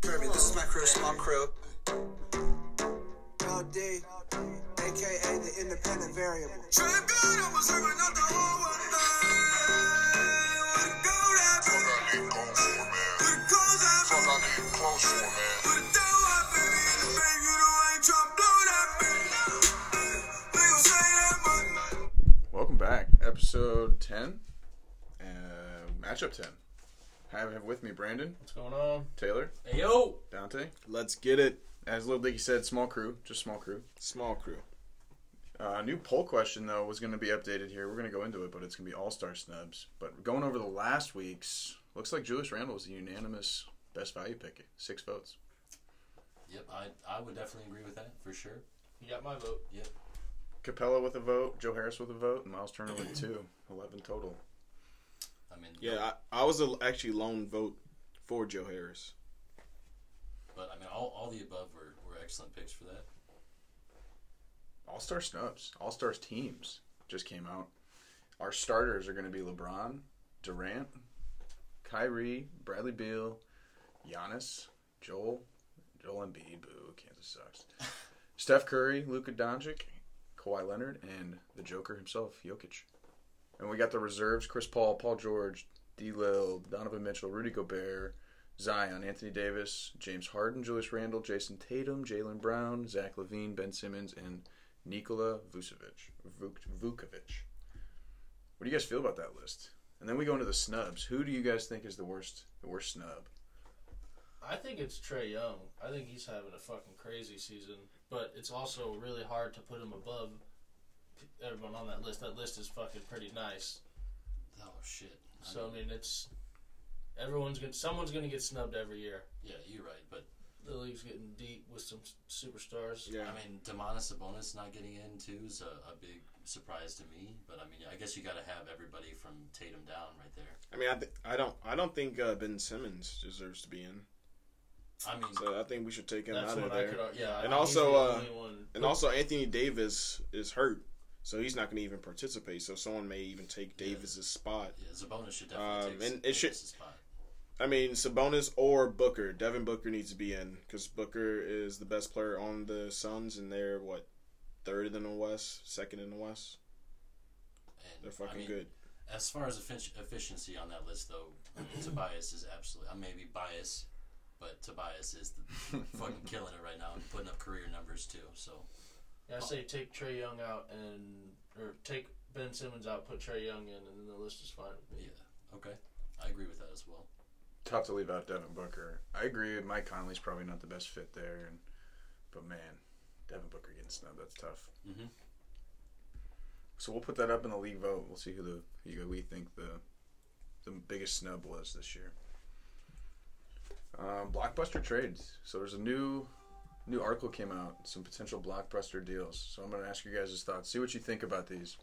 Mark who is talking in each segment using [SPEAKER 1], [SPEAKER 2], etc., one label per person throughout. [SPEAKER 1] Pyramid, this is my crew, small crew.
[SPEAKER 2] LD, aka the independent variable.
[SPEAKER 1] Trying good, I'm serving up the whole world. Where to go, that
[SPEAKER 3] Fuck I need gold for, man.
[SPEAKER 1] Where to go, that
[SPEAKER 3] Fuck I need clothes for, man.
[SPEAKER 1] Put it down, that baby, in the bank, you know I ain't tryna blow that baby. They gon' say that money.
[SPEAKER 4] Welcome back, episode ten, uh, matchup ten. I have with me Brandon,
[SPEAKER 5] What's going on?
[SPEAKER 4] Taylor,
[SPEAKER 5] Hey, yo!
[SPEAKER 4] Dante.
[SPEAKER 6] Let's get it.
[SPEAKER 4] As Little Dicky said, small crew, just small crew.
[SPEAKER 6] Small crew.
[SPEAKER 4] Uh, new poll question though was going to be updated here. We're going to go into it, but it's going to be all star snubs. But going over the last week's, looks like Julius Randle was the unanimous best value pick, six votes.
[SPEAKER 7] Yep, I, I would definitely agree with that for sure.
[SPEAKER 5] You got my vote.
[SPEAKER 4] Capella with a vote, Joe Harris with a vote, and Miles Turner with two, eleven total.
[SPEAKER 7] I mean,
[SPEAKER 6] Yeah, I, I was a, actually lone vote for Joe Harris.
[SPEAKER 7] but I mean, all, all the above were, were excellent picks for that.
[SPEAKER 4] All star snubs, all stars teams just came out. Our starters are going to be LeBron, Durant, Kyrie, Bradley Beal, Giannis, Joel, Joel Embiid. Boo, Kansas sucks. Steph Curry, Luka Doncic, Kawhi Leonard, and the Joker himself, Jokic. And we got the reserves: Chris Paul, Paul George, D. Lil, Donovan Mitchell, Rudy Gobert, Zion, Anthony Davis, James Harden, Julius Randle, Jason Tatum, Jalen Brown, Zach Levine, Ben Simmons, and Nikola Vucevic. Vuk- Vukovic. What do you guys feel about that list? And then we go into the snubs. Who do you guys think is the worst? The worst snub.
[SPEAKER 5] I think it's Trey Young. I think he's having a fucking crazy season, but it's also really hard to put him above p- everyone on that list. That list is fucking pretty nice.
[SPEAKER 7] Oh, shit. I
[SPEAKER 5] So, I
[SPEAKER 7] mean,
[SPEAKER 5] mean, it's. Everyone's gonna. Someone's gonna get snubbed every year.
[SPEAKER 7] yeah, you're right. But,
[SPEAKER 5] The league's getting deep with some s- superstars.
[SPEAKER 6] Yeah.
[SPEAKER 7] I mean, Demonis Sabonis not getting in, too, is a, a big surprise to me. But, I mean, I guess you got to have everybody from Tatum down right there.
[SPEAKER 6] I mean, I, th- I don't I don't think uh, Ben Simmons deserves to be in.
[SPEAKER 7] I mean,
[SPEAKER 6] So I think we should take him
[SPEAKER 5] That's
[SPEAKER 6] out of
[SPEAKER 5] what
[SPEAKER 6] there.
[SPEAKER 5] I could. ar- Yeah,
[SPEAKER 6] And
[SPEAKER 5] I- he's
[SPEAKER 6] also,
[SPEAKER 5] the
[SPEAKER 6] uh,
[SPEAKER 5] only one-
[SPEAKER 6] and also Anthony Davis is hurt, so he's not going to even participate. So someone may even take Davis's spot.
[SPEAKER 7] yeah, Sabonis should definitely
[SPEAKER 6] Um,
[SPEAKER 7] take
[SPEAKER 6] and it should-
[SPEAKER 7] Sabonis' spot.
[SPEAKER 6] I mean, Sabonis or Booker. Devin Booker needs to be in because Booker is the best player on the Suns, and they're what third in the West, second in the West.
[SPEAKER 7] And,
[SPEAKER 6] They're
[SPEAKER 7] I
[SPEAKER 6] fucking
[SPEAKER 7] mean,
[SPEAKER 6] good.
[SPEAKER 7] As far as effic- efficiency on that list, though, Tobias is absolutely. I may be biased, but Tobias is the, fucking killing it right now and putting up career numbers too. So
[SPEAKER 5] Yeah, I say take Trey Young out and or take Ben Simmons out, put Trey Young in, and then the list is fine. with me.
[SPEAKER 7] yeah, okay, I agree with that as well.
[SPEAKER 4] Tough to leave out Devin Booker. I agree. Mike Conley's probably not the best fit there, and but man, Devin Booker getting snubbed. That's tough.
[SPEAKER 7] Mhm.
[SPEAKER 4] So we'll put that up in the league vote. We'll see who the who you- we think the the biggest snub was this year. Um, blockbuster trades. So there's a new new article came out. Some potential blockbuster deals. So I'm going to ask you guys' thoughts. See what you think about these.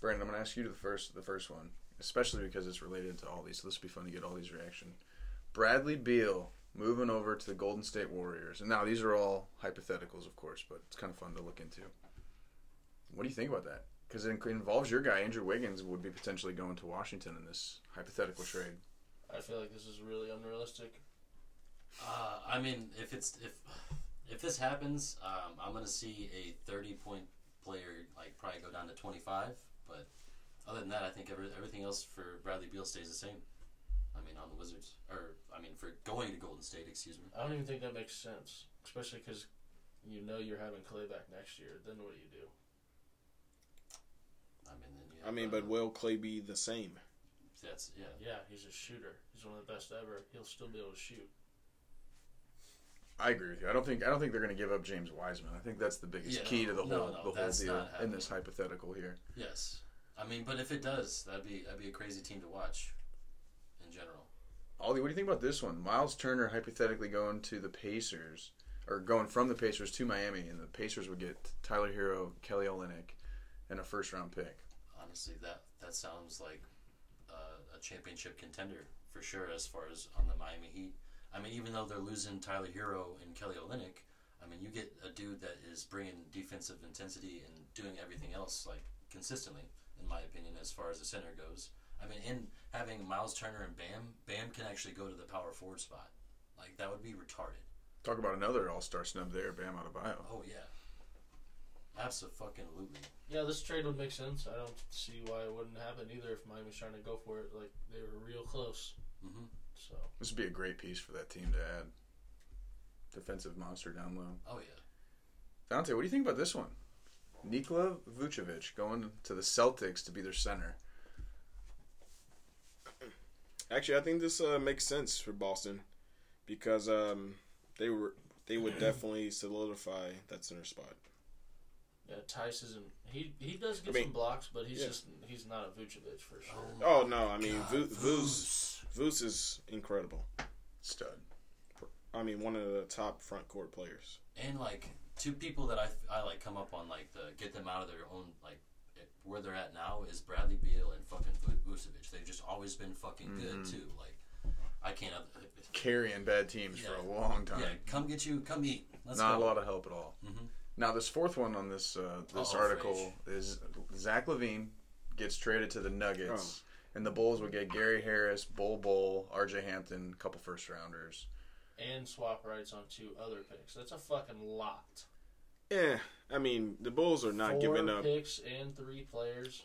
[SPEAKER 4] Brandon, I'm going to ask you the first the first one, especially because it's related to all these. So this will be fun to get all these reaction. Bradley Beal moving over to the Golden State Warriors, and now these are all hypotheticals, of course, but it's kind of fun to look into. What do you think about that? Because it inc- involves your guy Andrew Wiggins would be potentially going to Washington in this hypothetical trade.
[SPEAKER 5] I feel like this is really unrealistic.
[SPEAKER 7] Uh, I mean, if it's if if this happens, um, I'm gonna see a 30 point player like probably go down to 25. But other than that, I think every, everything else for Bradley Beal stays the same. I mean, on the Wizards, or I mean, for going to Golden State, excuse me.
[SPEAKER 5] I don't even think that makes sense, especially because you know you're having Clay back next year. Then what do you do?
[SPEAKER 7] I mean, then you
[SPEAKER 6] I mean,
[SPEAKER 7] have,
[SPEAKER 6] but
[SPEAKER 7] uh,
[SPEAKER 6] will Clay be the same?
[SPEAKER 7] that's yeah.
[SPEAKER 5] Yeah, he's a shooter. He's one of the best ever. He'll still be able to shoot.
[SPEAKER 4] I agree with you. I don't think I don't think they're going to give up James Wiseman. I think that's the biggest
[SPEAKER 7] Yeah,
[SPEAKER 4] key to the
[SPEAKER 7] no,
[SPEAKER 4] whole
[SPEAKER 7] no,
[SPEAKER 4] the whole
[SPEAKER 7] that's
[SPEAKER 4] deal
[SPEAKER 7] not
[SPEAKER 4] in
[SPEAKER 7] happening.
[SPEAKER 4] this hypothetical here.
[SPEAKER 7] Yes, I mean, but if it does, that'd be that'd be a crazy team to watch, in general.
[SPEAKER 4] Ollie, what do you think about this one? Miles Turner hypothetically going to the Pacers, or going from the Pacers to Miami, and the Pacers would get Tyler Hero, Kelly Olynyk, and a first round pick.
[SPEAKER 7] Honestly, that that sounds like uh, a championship contender for sure. As far as on the Miami Heat, I mean, even though they're losing Tyler Hero and Kelly Olynyk, I mean, you get a dude that is bringing defensive intensity and doing everything else like consistently, in my opinion, as far as the center goes. I mean, in having Miles Turner and Bam, Bam can actually go to the power forward spot. Like that would be retarded.
[SPEAKER 4] Talk about another All Star snub there, Bam Adebayo.
[SPEAKER 7] Oh yeah, absolutely.
[SPEAKER 5] Yeah, this trade would make sense. I don't see why it wouldn't happen either if Miami's trying to go for it. Like they were real close.
[SPEAKER 7] Mhm.
[SPEAKER 5] So
[SPEAKER 4] This would be a great piece for that team to add. Defensive monster down low.
[SPEAKER 7] Oh yeah,
[SPEAKER 4] Dante, what do you think about this one? Nikola Vucevic going to the Celtics to be their center.
[SPEAKER 6] Actually, I think this uh, makes sense for Boston because um, they were they would definitely solidify that center spot.
[SPEAKER 5] yeah, Tice isn't. He he does
[SPEAKER 6] I
[SPEAKER 5] get
[SPEAKER 6] mean,
[SPEAKER 5] some blocks, but he's
[SPEAKER 6] yeah.
[SPEAKER 5] just he's not a Vucevic for sure.
[SPEAKER 6] Oh no, I mean Vu- Vuce Vuce is incredible.
[SPEAKER 4] Stud.
[SPEAKER 6] I mean, one of the top front court players.
[SPEAKER 7] and like two people that I, I like come up on like the get them out of their own like it- where they're at now is Bradley Beal and fucking Vu- Vucevic. They've just always been fucking good too. Like I can't.
[SPEAKER 4] Carrying bad teams for a
[SPEAKER 7] Yeah.
[SPEAKER 4] long time.
[SPEAKER 7] Yeah, come get you, come eat. Let's
[SPEAKER 4] Not
[SPEAKER 7] go.
[SPEAKER 4] a lot of help at all.
[SPEAKER 6] Mm-hmm.
[SPEAKER 4] Now, this fourth one on this
[SPEAKER 5] Oh,
[SPEAKER 4] uh, this
[SPEAKER 7] Uh-oh,
[SPEAKER 4] article is Zach Levine gets traded to the
[SPEAKER 5] Oh.
[SPEAKER 4] Nuggets, and the Bulls would get Gary Harris, Bull Bull, R.J. Hampton, couple first rounders.
[SPEAKER 5] And swap rights on two other picks. That's a fucking lot.
[SPEAKER 6] Yeah, Eh, I mean the Bulls are not
[SPEAKER 5] Four
[SPEAKER 6] giving up.
[SPEAKER 5] picks and three players.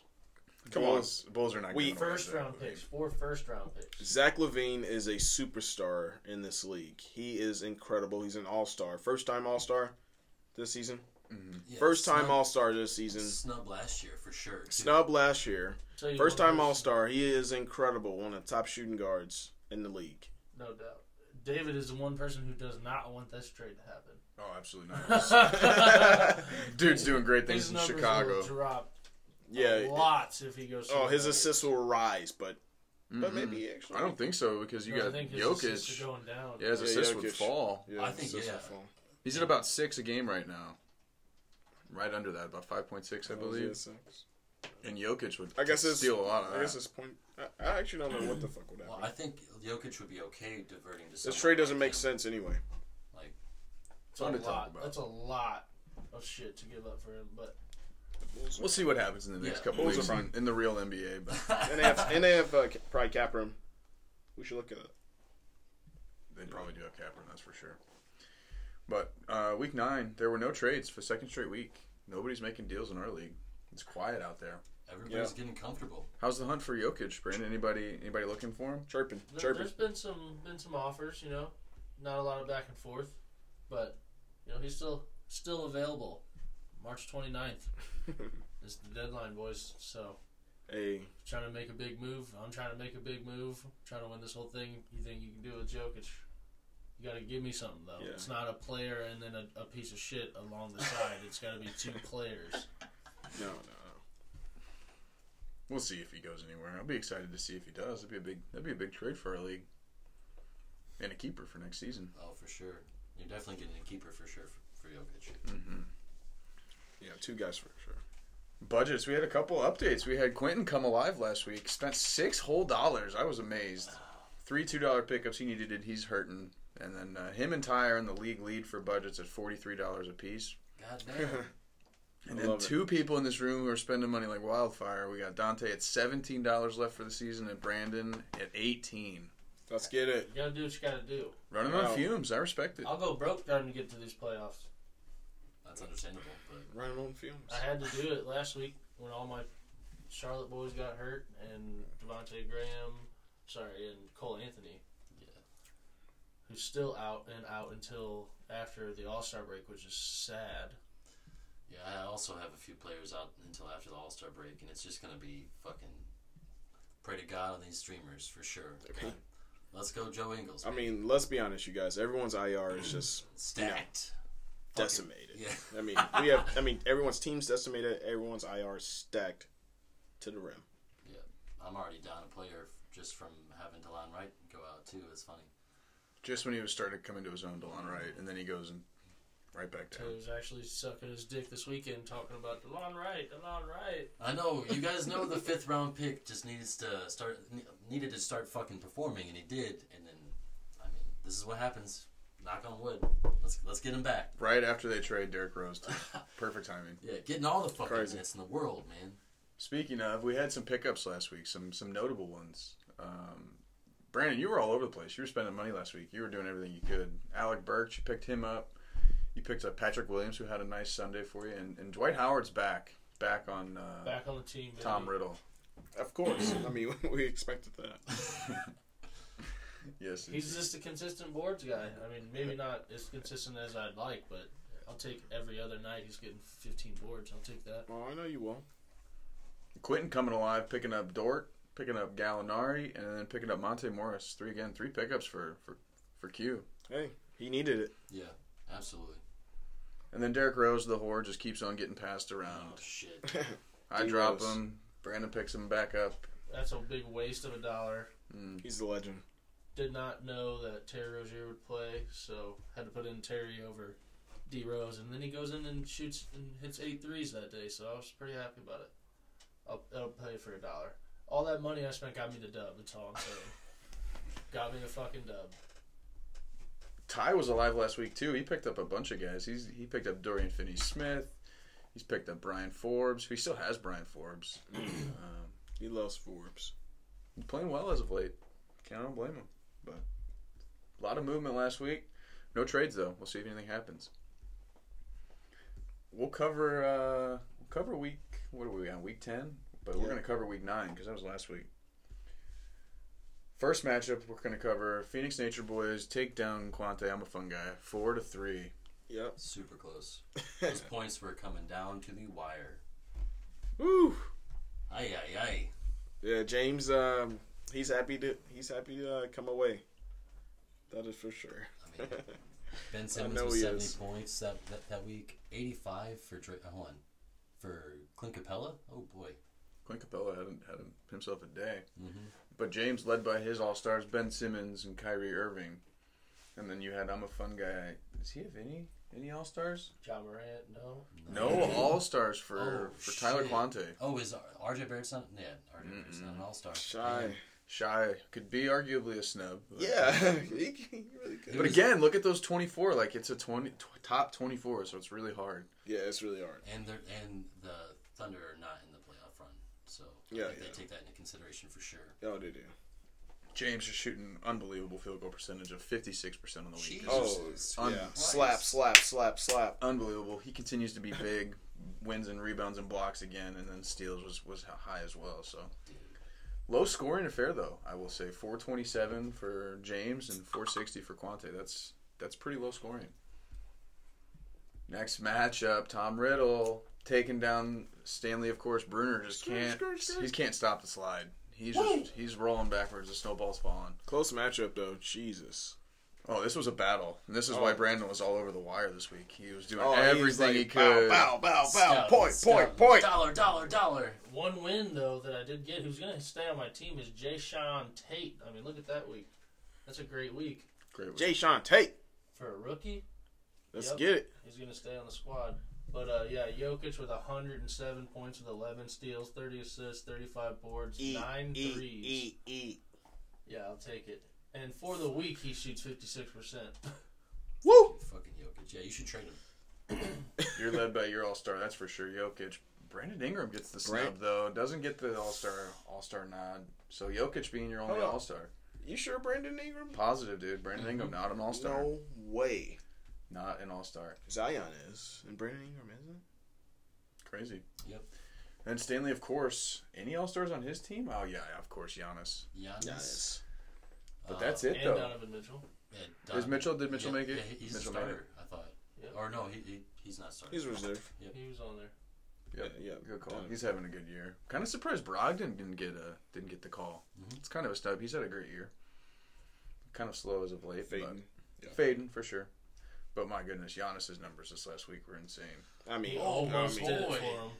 [SPEAKER 6] Come on.
[SPEAKER 4] Bulls, Bulls are not
[SPEAKER 6] We-
[SPEAKER 4] giving away
[SPEAKER 5] First
[SPEAKER 4] Zach
[SPEAKER 5] round
[SPEAKER 4] Levine.
[SPEAKER 5] picks. Four first round picks.
[SPEAKER 6] Zach Levine is a superstar in this league. He is incredible. He's an all star, first time all star this season.
[SPEAKER 7] Yeah,
[SPEAKER 6] First time
[SPEAKER 7] snub-
[SPEAKER 6] all star this season.
[SPEAKER 7] snub last year for sure. too.
[SPEAKER 6] Snub last year.
[SPEAKER 5] Tell you
[SPEAKER 6] First
[SPEAKER 5] what,
[SPEAKER 6] time
[SPEAKER 5] there's
[SPEAKER 6] All Star. He is incredible. One of the top shooting guards in the league.
[SPEAKER 5] No doubt. David is the one person who does not want this trade to happen.
[SPEAKER 4] Oh, absolutely not. Dude's doing great things
[SPEAKER 5] His
[SPEAKER 4] in
[SPEAKER 5] numbers
[SPEAKER 4] Chicago.
[SPEAKER 5] will drop
[SPEAKER 6] Yeah.
[SPEAKER 5] lots if he goes. to
[SPEAKER 6] Oh,
[SPEAKER 5] the
[SPEAKER 6] his
[SPEAKER 5] Nuggets.
[SPEAKER 6] assists will rise, but but maybe actually.
[SPEAKER 4] Mm-hmm. I don't think so because you
[SPEAKER 5] No, I
[SPEAKER 4] got
[SPEAKER 5] think his assists are
[SPEAKER 4] Jokic.
[SPEAKER 5] going down.
[SPEAKER 4] Yeah, his
[SPEAKER 6] Yeah,
[SPEAKER 4] assists would
[SPEAKER 6] Jokic.
[SPEAKER 4] fall.
[SPEAKER 6] Yeah,
[SPEAKER 7] I think,
[SPEAKER 6] assists will
[SPEAKER 7] yeah.
[SPEAKER 6] fall.
[SPEAKER 4] He's at about six a game right now. Right under that, about five point six, I
[SPEAKER 6] Yeah,
[SPEAKER 4] believe.
[SPEAKER 6] six.
[SPEAKER 4] And Jokic would
[SPEAKER 6] I guess it's
[SPEAKER 4] steal a lot of
[SPEAKER 6] I guess
[SPEAKER 4] that.
[SPEAKER 6] it's point. I, I actually don't know what the fuck would happen.
[SPEAKER 7] Well, I think Jokic would be okay diverting to.
[SPEAKER 6] this
[SPEAKER 7] someone
[SPEAKER 6] trade
[SPEAKER 7] like
[SPEAKER 6] doesn't make
[SPEAKER 7] him.
[SPEAKER 6] sense anyway.
[SPEAKER 7] Like
[SPEAKER 5] It's a
[SPEAKER 4] Fun to talk
[SPEAKER 5] lot.
[SPEAKER 4] about.
[SPEAKER 5] That's a lot of shit to give up for him. But
[SPEAKER 4] We'll see what happens in the next
[SPEAKER 7] Yeah.
[SPEAKER 4] couple
[SPEAKER 6] Bulls are
[SPEAKER 4] weeks in,
[SPEAKER 6] fine.
[SPEAKER 4] in the real NBA. But
[SPEAKER 6] And they have and they have uh, probably cap room. We should look at it.
[SPEAKER 4] They probably do have cap room, that's for sure. But uh, week nine, there were no trades for second straight week. Nobody's making deals in our league. It's quiet out there.
[SPEAKER 7] everybody's
[SPEAKER 6] Yeah.
[SPEAKER 7] getting comfortable.
[SPEAKER 4] How's the hunt for Jokic, Brandon? Anybody anybody looking for him?
[SPEAKER 6] Chirping,
[SPEAKER 5] th-
[SPEAKER 6] chirping.
[SPEAKER 5] there's been some been some offers. You know, not a lot of back and forth, but you know he's still still available. March 29th is the deadline, boys. So
[SPEAKER 6] Hey,
[SPEAKER 5] trying to make a big move. I'm trying to make a big move. trying to win this whole thing. You think you can do it with Jokic? You got to give me something though.
[SPEAKER 6] Yeah.
[SPEAKER 5] It's not a player and then a, a piece of shit along the side. it's got to be two players.
[SPEAKER 6] no, no, no.
[SPEAKER 4] We'll see if he goes anywhere. I'll be excited to see if he does. That'd be a big that'd be a big trade for our league. And a keeper for next season.
[SPEAKER 7] Oh, for sure. You're definitely getting a keeper for sure for, for Jokic.
[SPEAKER 6] Mm. Yeah, two guys for sure.
[SPEAKER 4] Budgets. We had a couple updates. We had Quentin come alive last week. Spent six whole dollars. I was amazed. Three two dollar pickups. He needed it. He's hurting. And then uh, him and Ty are in the league lead for budgets at forty three dollars a piece.
[SPEAKER 7] God damn.
[SPEAKER 4] And
[SPEAKER 6] I
[SPEAKER 4] then
[SPEAKER 6] love it.
[SPEAKER 4] two people in this room who are spending money like wildfire. We got Dante at seventeen dollars left for the season, and Brandon at eighteen.
[SPEAKER 6] Let's get it.
[SPEAKER 5] You got to do what you got to do.
[SPEAKER 4] Running
[SPEAKER 6] Wow.
[SPEAKER 4] on fumes. I respect it.
[SPEAKER 5] I'll go broke trying to get to these playoffs.
[SPEAKER 7] That's understandable, but
[SPEAKER 6] Running on fumes.
[SPEAKER 5] I had to do it last week when all my Charlotte boys got hurt and Devontae Graham, sorry, and Cole Anthony,
[SPEAKER 7] yeah.
[SPEAKER 5] who's still out and out until after the All Star break, which is sad.
[SPEAKER 7] Yeah, I also have a few players out until after the All Star break, and it's just gonna be fucking pray to God on these streamers for sure. But let's go, Joe Ingles.
[SPEAKER 6] I mean, let's be honest, you guys. Everyone's IR is just
[SPEAKER 7] stacked.
[SPEAKER 6] decimated.
[SPEAKER 7] Yeah.
[SPEAKER 6] I mean, we have. I mean, everyone's team's decimated. Everyone's IR is stacked to the rim.
[SPEAKER 7] Yeah, I'm already down a player just from having Delon Wright go out too. It's funny.
[SPEAKER 4] Just when he was started coming to his own, Delon Wright, and then he goes and right back
[SPEAKER 5] Who
[SPEAKER 4] down.
[SPEAKER 5] was actually sucking his dick this weekend talking about Delon Wright, Delon Wright.
[SPEAKER 7] I know you guys know the fifth round pick just needs to start ne- needed to start fucking performing, and he did. And then, I mean, this is what happens. Knock on wood. Let's let's get him back.
[SPEAKER 4] Right after they trade Derrick Rose, too. perfect timing.
[SPEAKER 7] Yeah, getting all the fucking
[SPEAKER 6] Crazy.
[SPEAKER 7] minutes in the world, man.
[SPEAKER 4] Speaking of, we had some pickups last week, some some notable ones. Um, Brandon, you were all over the place. You were spending money last week. You were doing everything you could. Alec Burks, you picked him up. You picked up Patrick Williams, who had a nice Sunday for you, and, and Dwight Howard's back, back on uh,
[SPEAKER 5] Back on the team. Baby.
[SPEAKER 4] Tom Riddle.
[SPEAKER 6] Of course. I mean, we expected that.
[SPEAKER 4] Yes,
[SPEAKER 5] He's just a consistent boards guy. I mean, maybe not as consistent as I'd like, but I'll take every other night he's getting 15 boards. I'll take that.
[SPEAKER 6] Well, I know you will.
[SPEAKER 4] Quinton coming alive, picking up Dort, picking up Gallinari, and then picking up Monte Morris. Three again, three pickups for for for Q.
[SPEAKER 6] Hey, he needed it.
[SPEAKER 7] Yeah, absolutely.
[SPEAKER 4] And then Derek Rose, the whore, just keeps on getting passed
[SPEAKER 7] Oh
[SPEAKER 4] around.
[SPEAKER 7] shit.
[SPEAKER 4] I
[SPEAKER 6] D.
[SPEAKER 4] drop
[SPEAKER 6] Rose.
[SPEAKER 4] him. Brandon picks him back up.
[SPEAKER 5] That's a big waste of a dollar.
[SPEAKER 6] He's the legend.
[SPEAKER 5] Did not know that Terry Rozier would play, so had to put in Terry over D Rose, and then he goes in and shoots and hits eight threes that day. So I was pretty happy about it. I'll, I'll pay for a dollar. All that money I spent got me the dub. That's all I'm saying. got me the fucking dub.
[SPEAKER 4] Ty was alive last week too. He picked up a bunch of guys. He's he picked up Dorian Finney-Smith. He's picked up Brian Forbes. He still has Brian Forbes. um,
[SPEAKER 6] He loves Forbes.
[SPEAKER 4] he's playing well as of late. Can't blame him. But a lot of movement last week. No trades though. We'll see if anything happens. We'll cover uh, we'll cover week. What are we on? Week ten. But we're
[SPEAKER 6] Yeah.
[SPEAKER 4] gonna cover week nine because that was last week. First matchup we're gonna cover Phoenix Nature Boys take down Quante. I'm a fun guy. Four to three.
[SPEAKER 6] Yep.
[SPEAKER 7] Super close. Those points were coming down to the wire.
[SPEAKER 6] Woo.
[SPEAKER 7] Ay ay ay.
[SPEAKER 6] Yeah, James. Um, he's happy to. He's happy to uh, come away. That is for sure.
[SPEAKER 7] I mean, Ben Simmons
[SPEAKER 6] know
[SPEAKER 7] with
[SPEAKER 6] he
[SPEAKER 7] 70
[SPEAKER 6] is.
[SPEAKER 7] points that, that, that week. 85 for Dra- uh, hold on. For Clint Capella? Oh boy.
[SPEAKER 4] Clint Capella hadn't had him- himself a day.
[SPEAKER 7] Mhm.
[SPEAKER 4] But James led by his all stars, Ben Simmons and Kyrie Irving, and then you had I'm a fun guy. Does he have any any all stars?
[SPEAKER 5] John Morant, no.
[SPEAKER 4] No all stars for
[SPEAKER 7] Oh,
[SPEAKER 4] for Tyler
[SPEAKER 7] shit.
[SPEAKER 4] Quante.
[SPEAKER 7] Oh, is R- RJ Barrett's not? Yeah, RJ Barrett's not an all star.
[SPEAKER 6] Shy.
[SPEAKER 4] Shy could be arguably a snub. but-
[SPEAKER 6] Yeah, he, he really could.
[SPEAKER 4] But again, look at those 24. Like it's a 20 tw- top 24, so it's really hard.
[SPEAKER 6] yeah, it's really hard.
[SPEAKER 7] And they're, and the Thunder are not in the playoff run, so I
[SPEAKER 6] Yeah,
[SPEAKER 7] think they
[SPEAKER 6] yeah.
[SPEAKER 7] take that into consideration for sure.
[SPEAKER 6] Oh, they do.
[SPEAKER 4] James is shooting unbelievable field goal percentage of 56% on the week.
[SPEAKER 7] Jeez.
[SPEAKER 6] Oh,
[SPEAKER 7] Jesus
[SPEAKER 6] yeah.
[SPEAKER 4] Christ.
[SPEAKER 6] Slap, slap, slap, slap.
[SPEAKER 4] Unbelievable. He continues to be big, wins and rebounds and blocks again, and then steals was was high as well. So Low scoring affair though, I will say. Four twenty seven for James and four sixty for Quante. That's that's pretty low scoring. Next matchup, Tom Riddle taking down Stanley, of course. Bruner just can't he can't stop the slide. He's just he's rolling backwards, the snowball's falling.
[SPEAKER 6] Close matchup though. Jesus.
[SPEAKER 4] Oh, this was a battle. And this is
[SPEAKER 6] Oh.
[SPEAKER 4] why Brandon was all over the wire this week. He was doing
[SPEAKER 6] Oh, he's
[SPEAKER 4] everything
[SPEAKER 6] like,
[SPEAKER 4] he could.
[SPEAKER 6] Bow, bow, bow, bow.
[SPEAKER 7] Scout,
[SPEAKER 6] point,
[SPEAKER 7] scout,
[SPEAKER 6] point, point.
[SPEAKER 7] Dollar, dollar, dollar.
[SPEAKER 5] One win though that I did get, who's going to stay on my team, is Jay Sean Tate. I mean, look at that week. That's a great week
[SPEAKER 4] Great
[SPEAKER 6] Jay Sean Tate.
[SPEAKER 5] for a rookie.
[SPEAKER 6] Let's
[SPEAKER 5] Yep.
[SPEAKER 6] get it.
[SPEAKER 5] He's going to stay on the squad. But uh, yeah, Jokic with 107 points with 11 steals, 30 assists, 35 boards,
[SPEAKER 7] E,
[SPEAKER 6] Eat,
[SPEAKER 5] nine
[SPEAKER 6] eat,
[SPEAKER 5] threes.
[SPEAKER 6] eat, eat.
[SPEAKER 5] Yeah, I'll take it. And for the week, he shoots 56%.
[SPEAKER 6] Woo!
[SPEAKER 7] Fucking Jokic. Yeah, you should trade him.
[SPEAKER 4] You're led by your all star, that's for sure. Jokic. Brandon Ingram gets the snub
[SPEAKER 6] Brand-
[SPEAKER 4] though. Doesn't get the all star all star nod. So Jokic being your only
[SPEAKER 6] Hold on.
[SPEAKER 4] all star.
[SPEAKER 6] You sure Brandon Ingram?
[SPEAKER 4] Positive, dude. Brandon Ingram not an all star.
[SPEAKER 6] No way.
[SPEAKER 4] Not an all star.
[SPEAKER 6] Zion is, and Brandon Ingram isn't.
[SPEAKER 4] Crazy.
[SPEAKER 7] Yep.
[SPEAKER 4] And Stanley, of course. Any all stars on his team? Oh yeah, of course, Giannis.
[SPEAKER 7] Giannis. uh,
[SPEAKER 4] But that's
[SPEAKER 6] Uh,
[SPEAKER 4] it
[SPEAKER 5] and
[SPEAKER 4] though.
[SPEAKER 5] Donovan Mitchell.
[SPEAKER 7] Yeah,
[SPEAKER 4] Is Mitchell? Did Mitchell
[SPEAKER 7] yeah,
[SPEAKER 4] make it?
[SPEAKER 7] Yeah, he's
[SPEAKER 4] Mitchell
[SPEAKER 7] a
[SPEAKER 4] made
[SPEAKER 7] starter. I thought.
[SPEAKER 5] Yep.
[SPEAKER 7] Or no, he, he he's not starting.
[SPEAKER 6] He's reserve.
[SPEAKER 5] He was on there.
[SPEAKER 4] Yep.
[SPEAKER 6] Yeah, yeah.
[SPEAKER 4] Good call.
[SPEAKER 6] Done.
[SPEAKER 4] He's having a good year. Kind of surprised Brogdon didn't get a didn't get the call.
[SPEAKER 6] Mm-hmm.
[SPEAKER 4] It's kind of a stub. He's had a great year. Kind of slow as of late.
[SPEAKER 6] Fading.
[SPEAKER 4] But fading for sure. But my goodness, Giannis's numbers this last week were insane.
[SPEAKER 6] I mean,
[SPEAKER 5] He almost
[SPEAKER 6] I mean,
[SPEAKER 5] did it for
[SPEAKER 7] boy.
[SPEAKER 5] him.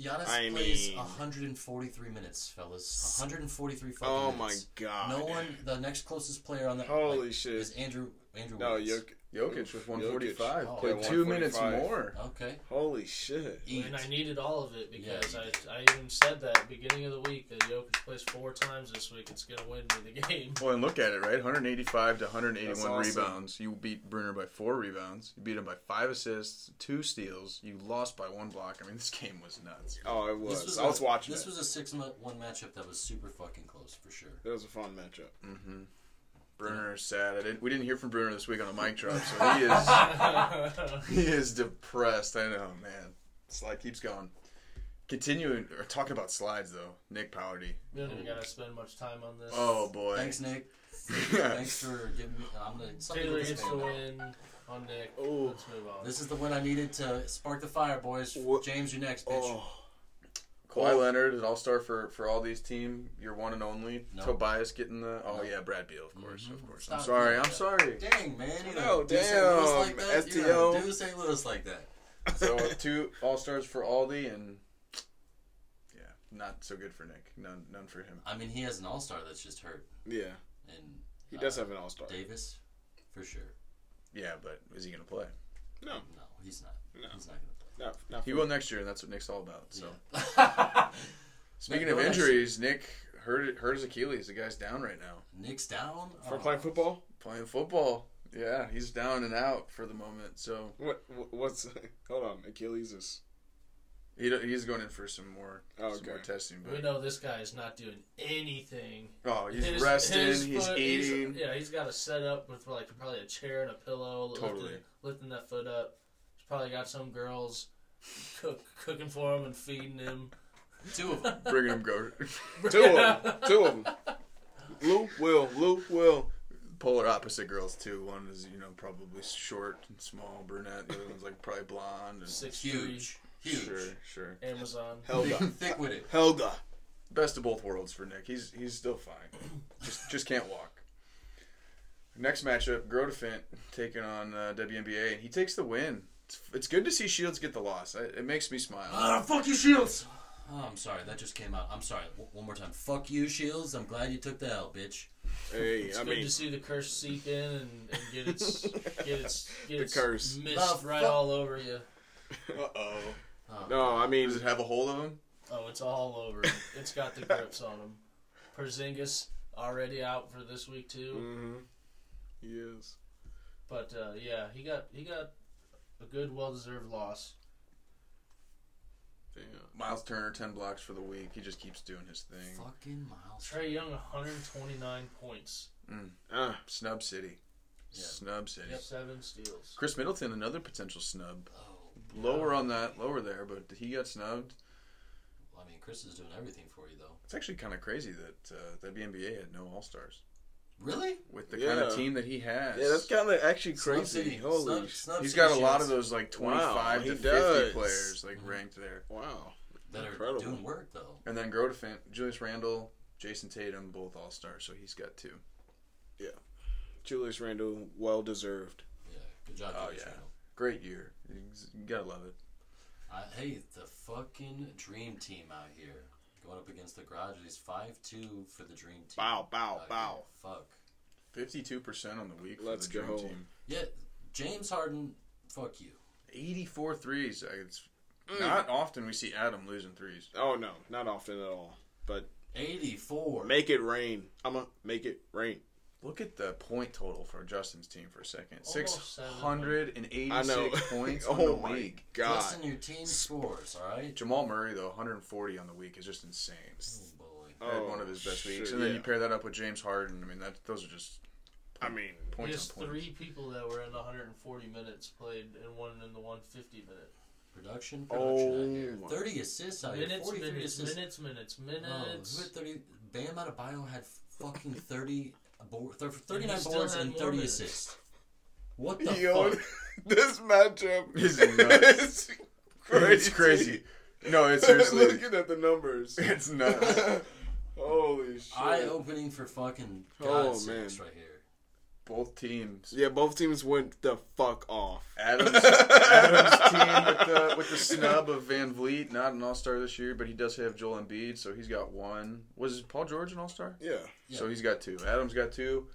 [SPEAKER 7] Giannis
[SPEAKER 6] I
[SPEAKER 7] plays
[SPEAKER 6] mean-
[SPEAKER 7] 143 minutes, fellas. 143 fucking
[SPEAKER 6] Oh my
[SPEAKER 7] minutes.
[SPEAKER 6] god.
[SPEAKER 7] No one. The next closest player on that.
[SPEAKER 6] Holy
[SPEAKER 7] like,
[SPEAKER 6] shit.
[SPEAKER 7] is Andrew Andrew
[SPEAKER 6] No,
[SPEAKER 7] Wiggins.
[SPEAKER 6] Jokic. Oh,
[SPEAKER 4] Jokic was 145.
[SPEAKER 7] Jokic.
[SPEAKER 4] Played
[SPEAKER 6] Yeah,
[SPEAKER 4] two minutes
[SPEAKER 6] 145.
[SPEAKER 4] more.
[SPEAKER 7] Okay.
[SPEAKER 6] Holy shit.
[SPEAKER 7] Eat.
[SPEAKER 5] And I needed all of it
[SPEAKER 7] Yeah,
[SPEAKER 5] because
[SPEAKER 7] you did.
[SPEAKER 5] I, I even said that beginning of the week that Jokic plays four times this week. It's gonna win me the game.
[SPEAKER 4] Well, and look at it, right? 185 to 181
[SPEAKER 6] That's awesome.
[SPEAKER 4] rebounds. You beat Bruner by four rebounds. You beat him by five assists, two steals. You lost by one block. I mean, this game was nuts.
[SPEAKER 6] Oh, it was.
[SPEAKER 7] was
[SPEAKER 6] I was
[SPEAKER 7] a,
[SPEAKER 6] watching
[SPEAKER 7] This
[SPEAKER 6] it.
[SPEAKER 7] was a six mo- one matchup that was super fucking close for sure.
[SPEAKER 6] It was a fun matchup.
[SPEAKER 4] Bruner is sad. I didn't, we didn't hear from Bruner this week on a mic drop, so he is he is depressed. I know, man. Slide keeps going. Continuing or talking about slides though. Nick Powerty.
[SPEAKER 5] We don't even gotta spend much time on this.
[SPEAKER 4] Oh boy.
[SPEAKER 7] Thanks, Nick. Thanks for giving me. I'm gonna. something
[SPEAKER 5] Taylor
[SPEAKER 7] to
[SPEAKER 5] gets the
[SPEAKER 7] think about.
[SPEAKER 5] win on Nick.
[SPEAKER 6] Oh.
[SPEAKER 5] Let's move on.
[SPEAKER 7] This is the one I needed to spark the fire, boys.
[SPEAKER 6] Wha-
[SPEAKER 7] James, you're next, bitch.
[SPEAKER 6] Oh,
[SPEAKER 4] Kawhi Leonard, an all star for, for all these team. Your one and only.
[SPEAKER 7] No.
[SPEAKER 4] Tobias getting the. Oh yeah, Brad Beal, of course, of course. I'm
[SPEAKER 7] Stop.
[SPEAKER 4] sorry. I'm sorry.
[SPEAKER 7] Dang, man. You
[SPEAKER 6] No,
[SPEAKER 7] don't do St. Louis
[SPEAKER 6] damn,
[SPEAKER 7] like that. You
[SPEAKER 6] STO.
[SPEAKER 7] don't do St. Louis like that.
[SPEAKER 4] So two all stars for Aldi and yeah, not so good for Nick. None none for him.
[SPEAKER 7] I mean, he has an all star that's just hurt.
[SPEAKER 6] yeah.
[SPEAKER 7] And
[SPEAKER 6] He does have an all star.
[SPEAKER 7] Davis, for sure.
[SPEAKER 4] Yeah, but is he gonna play?
[SPEAKER 6] No,
[SPEAKER 7] No, he's not.
[SPEAKER 6] No.
[SPEAKER 7] He's not going to play.
[SPEAKER 6] not, not
[SPEAKER 4] He
[SPEAKER 6] for-
[SPEAKER 4] will next year, and that's what Nick's all about. Oh. So
[SPEAKER 7] Yeah.
[SPEAKER 4] speaking
[SPEAKER 7] No,
[SPEAKER 4] of
[SPEAKER 7] no, that's-
[SPEAKER 4] injuries, Nick hurt hurt his Achilles. The guy's down right now.
[SPEAKER 7] Nick's down.
[SPEAKER 6] for
[SPEAKER 7] Oh.
[SPEAKER 6] playing football.
[SPEAKER 4] Playing football. Yeah, he's down and out for the moment. So
[SPEAKER 6] What? what- What's? Hold on. Achilles is.
[SPEAKER 4] he, he's going in for some more
[SPEAKER 6] Oh,
[SPEAKER 4] some more
[SPEAKER 6] okay.
[SPEAKER 4] testing.
[SPEAKER 5] we
[SPEAKER 4] But
[SPEAKER 5] know this guy is not doing anything.
[SPEAKER 4] oh, he's
[SPEAKER 5] His-
[SPEAKER 4] resting.
[SPEAKER 5] his
[SPEAKER 4] he's
[SPEAKER 5] foot-
[SPEAKER 4] eating.
[SPEAKER 5] yeah, he's got a setup with like probably a chair and a pillow.
[SPEAKER 4] Totally.
[SPEAKER 5] Lifting, lifting that foot up. He's probably got some girls cook, cooking for him and feeding him.
[SPEAKER 7] Two of them.
[SPEAKER 4] Bringing him go
[SPEAKER 6] Two of them. Two of them. Lou will. Lou will.
[SPEAKER 4] polar opposite girls too. One is you know probably short and small brunette. The other one's like probably blonde and
[SPEAKER 5] Six
[SPEAKER 7] Huge. Huge.
[SPEAKER 4] Sure, sure.
[SPEAKER 5] Amazon.
[SPEAKER 6] Helga.
[SPEAKER 7] Thick with it.
[SPEAKER 6] Helga.
[SPEAKER 4] Best of both worlds for Nick. He's he's still fine. Just just can't walk. Next matchup, Grodefint taking on uh, WNBA, and he takes the win. It's, it's good to see Shields get the loss. I, it makes me smile.
[SPEAKER 7] Ah, fuck you, Shields. Oh, I'm sorry. That just came out. I'm sorry. W- one more time. Fuck you, Shields. I'm glad you took the L, bitch.
[SPEAKER 6] Hey, I
[SPEAKER 5] Good
[SPEAKER 6] mean,
[SPEAKER 5] to see the curse seep in and, and get its get its get its
[SPEAKER 6] curse.
[SPEAKER 5] mist
[SPEAKER 7] Oh,
[SPEAKER 5] right
[SPEAKER 7] fuck.
[SPEAKER 5] all over you.
[SPEAKER 6] uh oh.
[SPEAKER 7] Oh.
[SPEAKER 6] No, I mean,
[SPEAKER 4] Does it have a hold of him?
[SPEAKER 5] Oh, it's all over. him. it's got the grips on him. Porzingis already out for this week too.
[SPEAKER 4] Mm.
[SPEAKER 6] mm-hmm. he is.
[SPEAKER 5] But uh, yeah, he got he got a good, well deserved loss.
[SPEAKER 6] Damn.
[SPEAKER 4] Miles Turner, ten blocks for the week. He just keeps doing his thing.
[SPEAKER 7] Fucking Miles.
[SPEAKER 5] Trey Young, 129 points,
[SPEAKER 6] Ah,
[SPEAKER 4] Snub City, snub City.
[SPEAKER 5] seven steals.
[SPEAKER 4] Chris Middleton, another potential snub.
[SPEAKER 7] Oh,
[SPEAKER 4] Lower on that, lower there, but he got snubbed.
[SPEAKER 7] I mean, Chris is doing everything for you, though.
[SPEAKER 4] It's actually kind of crazy that uh, WNBA had no All Stars
[SPEAKER 7] Really?
[SPEAKER 4] with the kind of
[SPEAKER 6] Yeah.
[SPEAKER 4] team that he has.
[SPEAKER 6] yeah, that's kind of actually
[SPEAKER 7] Snub
[SPEAKER 6] crazy.
[SPEAKER 7] City.
[SPEAKER 6] Holy.
[SPEAKER 7] Snub-
[SPEAKER 6] sh-
[SPEAKER 7] Snub
[SPEAKER 4] He's
[SPEAKER 7] City
[SPEAKER 4] got a lot of
[SPEAKER 7] Shields
[SPEAKER 4] those like
[SPEAKER 6] Wow,
[SPEAKER 4] 25
[SPEAKER 6] he
[SPEAKER 4] to 50
[SPEAKER 6] does. Mm-hmm.
[SPEAKER 4] players like ranked there.
[SPEAKER 6] wow.
[SPEAKER 7] that are
[SPEAKER 6] Incredible.
[SPEAKER 7] doing work, though.
[SPEAKER 4] And then Grodefant, Julius Randle, Jason Tatum, both All Stars, so he's got two.
[SPEAKER 6] Julius Randle, well deserved.
[SPEAKER 7] Yeah. Good job,
[SPEAKER 4] Oh,
[SPEAKER 7] Julius
[SPEAKER 4] yeah.
[SPEAKER 7] Randle.
[SPEAKER 4] Great year. He's- You gotta love it.
[SPEAKER 7] I, Uh, hey, the fucking dream team out here going up against the garage. He's five two for the dream team.
[SPEAKER 6] Bow, bow,
[SPEAKER 7] Out
[SPEAKER 6] bow.
[SPEAKER 7] here. Fuck.
[SPEAKER 4] 52% on the week for
[SPEAKER 6] Let's
[SPEAKER 4] the Dream
[SPEAKER 6] go.
[SPEAKER 4] Team.
[SPEAKER 7] Yeah, James Harden. Fuck you.
[SPEAKER 4] 84 threes. Like, It's
[SPEAKER 6] Mm.
[SPEAKER 4] not often we see Adam losing threes.
[SPEAKER 6] Oh no, not often at all. But
[SPEAKER 7] Eighty four.
[SPEAKER 6] make it rain. I'ma make it rain.
[SPEAKER 4] Look at the point total for Justin's team for a second.
[SPEAKER 5] Almost
[SPEAKER 4] 686
[SPEAKER 6] I know.
[SPEAKER 4] points on
[SPEAKER 6] oh
[SPEAKER 4] the
[SPEAKER 6] my
[SPEAKER 4] week.
[SPEAKER 7] Less
[SPEAKER 6] god.
[SPEAKER 7] than your team scores. All right.
[SPEAKER 4] Jamal Murray though, 140 on the week is just insane.
[SPEAKER 7] Oh, boy.
[SPEAKER 4] Had
[SPEAKER 6] Oh,
[SPEAKER 4] one of his best
[SPEAKER 6] shit,
[SPEAKER 4] weeks, and then
[SPEAKER 6] yeah.
[SPEAKER 4] you pair that up with James Harden. I mean, that those are just
[SPEAKER 6] I mean,
[SPEAKER 4] points
[SPEAKER 5] Just
[SPEAKER 4] on points.
[SPEAKER 5] three people that were in the 140 minutes played, and one in the 150 minute.
[SPEAKER 7] Production. Production
[SPEAKER 6] Oh,
[SPEAKER 7] out here.
[SPEAKER 6] my-
[SPEAKER 7] Thirty assists
[SPEAKER 4] Oh,
[SPEAKER 7] out here.
[SPEAKER 5] Minutes,
[SPEAKER 7] Forty three
[SPEAKER 5] minutes,
[SPEAKER 7] assists.
[SPEAKER 5] minutes, minutes,
[SPEAKER 7] Oh,
[SPEAKER 5] minutes.
[SPEAKER 7] who had thirty? Bam Adebayo had fucking thirty. Bo- thir- Thirty-nine
[SPEAKER 5] still
[SPEAKER 7] boards
[SPEAKER 5] had
[SPEAKER 7] and
[SPEAKER 5] more
[SPEAKER 7] thirty
[SPEAKER 5] minutes.
[SPEAKER 7] assists. What the
[SPEAKER 6] Yo,
[SPEAKER 7] fuck?
[SPEAKER 6] this matchup
[SPEAKER 4] This
[SPEAKER 6] is
[SPEAKER 4] is nuts.
[SPEAKER 6] crazy.
[SPEAKER 4] It's crazy. No, it's seriously,
[SPEAKER 6] Looking at the numbers.
[SPEAKER 4] it's nuts.
[SPEAKER 6] Holy shit.
[SPEAKER 7] Eye opening for fucking
[SPEAKER 6] Oh,
[SPEAKER 7] God oh, sakes
[SPEAKER 6] man.
[SPEAKER 7] right here.
[SPEAKER 4] Both teams.
[SPEAKER 6] yeah, both teams went the fuck off.
[SPEAKER 4] Adams, Adams team with the with the snub of Van Vliet, not an All Star this year, but he does have Joel Embiid, so he's got one. Was Paul George an All Star?
[SPEAKER 6] Yeah.
[SPEAKER 4] So he's got two. Adams got two.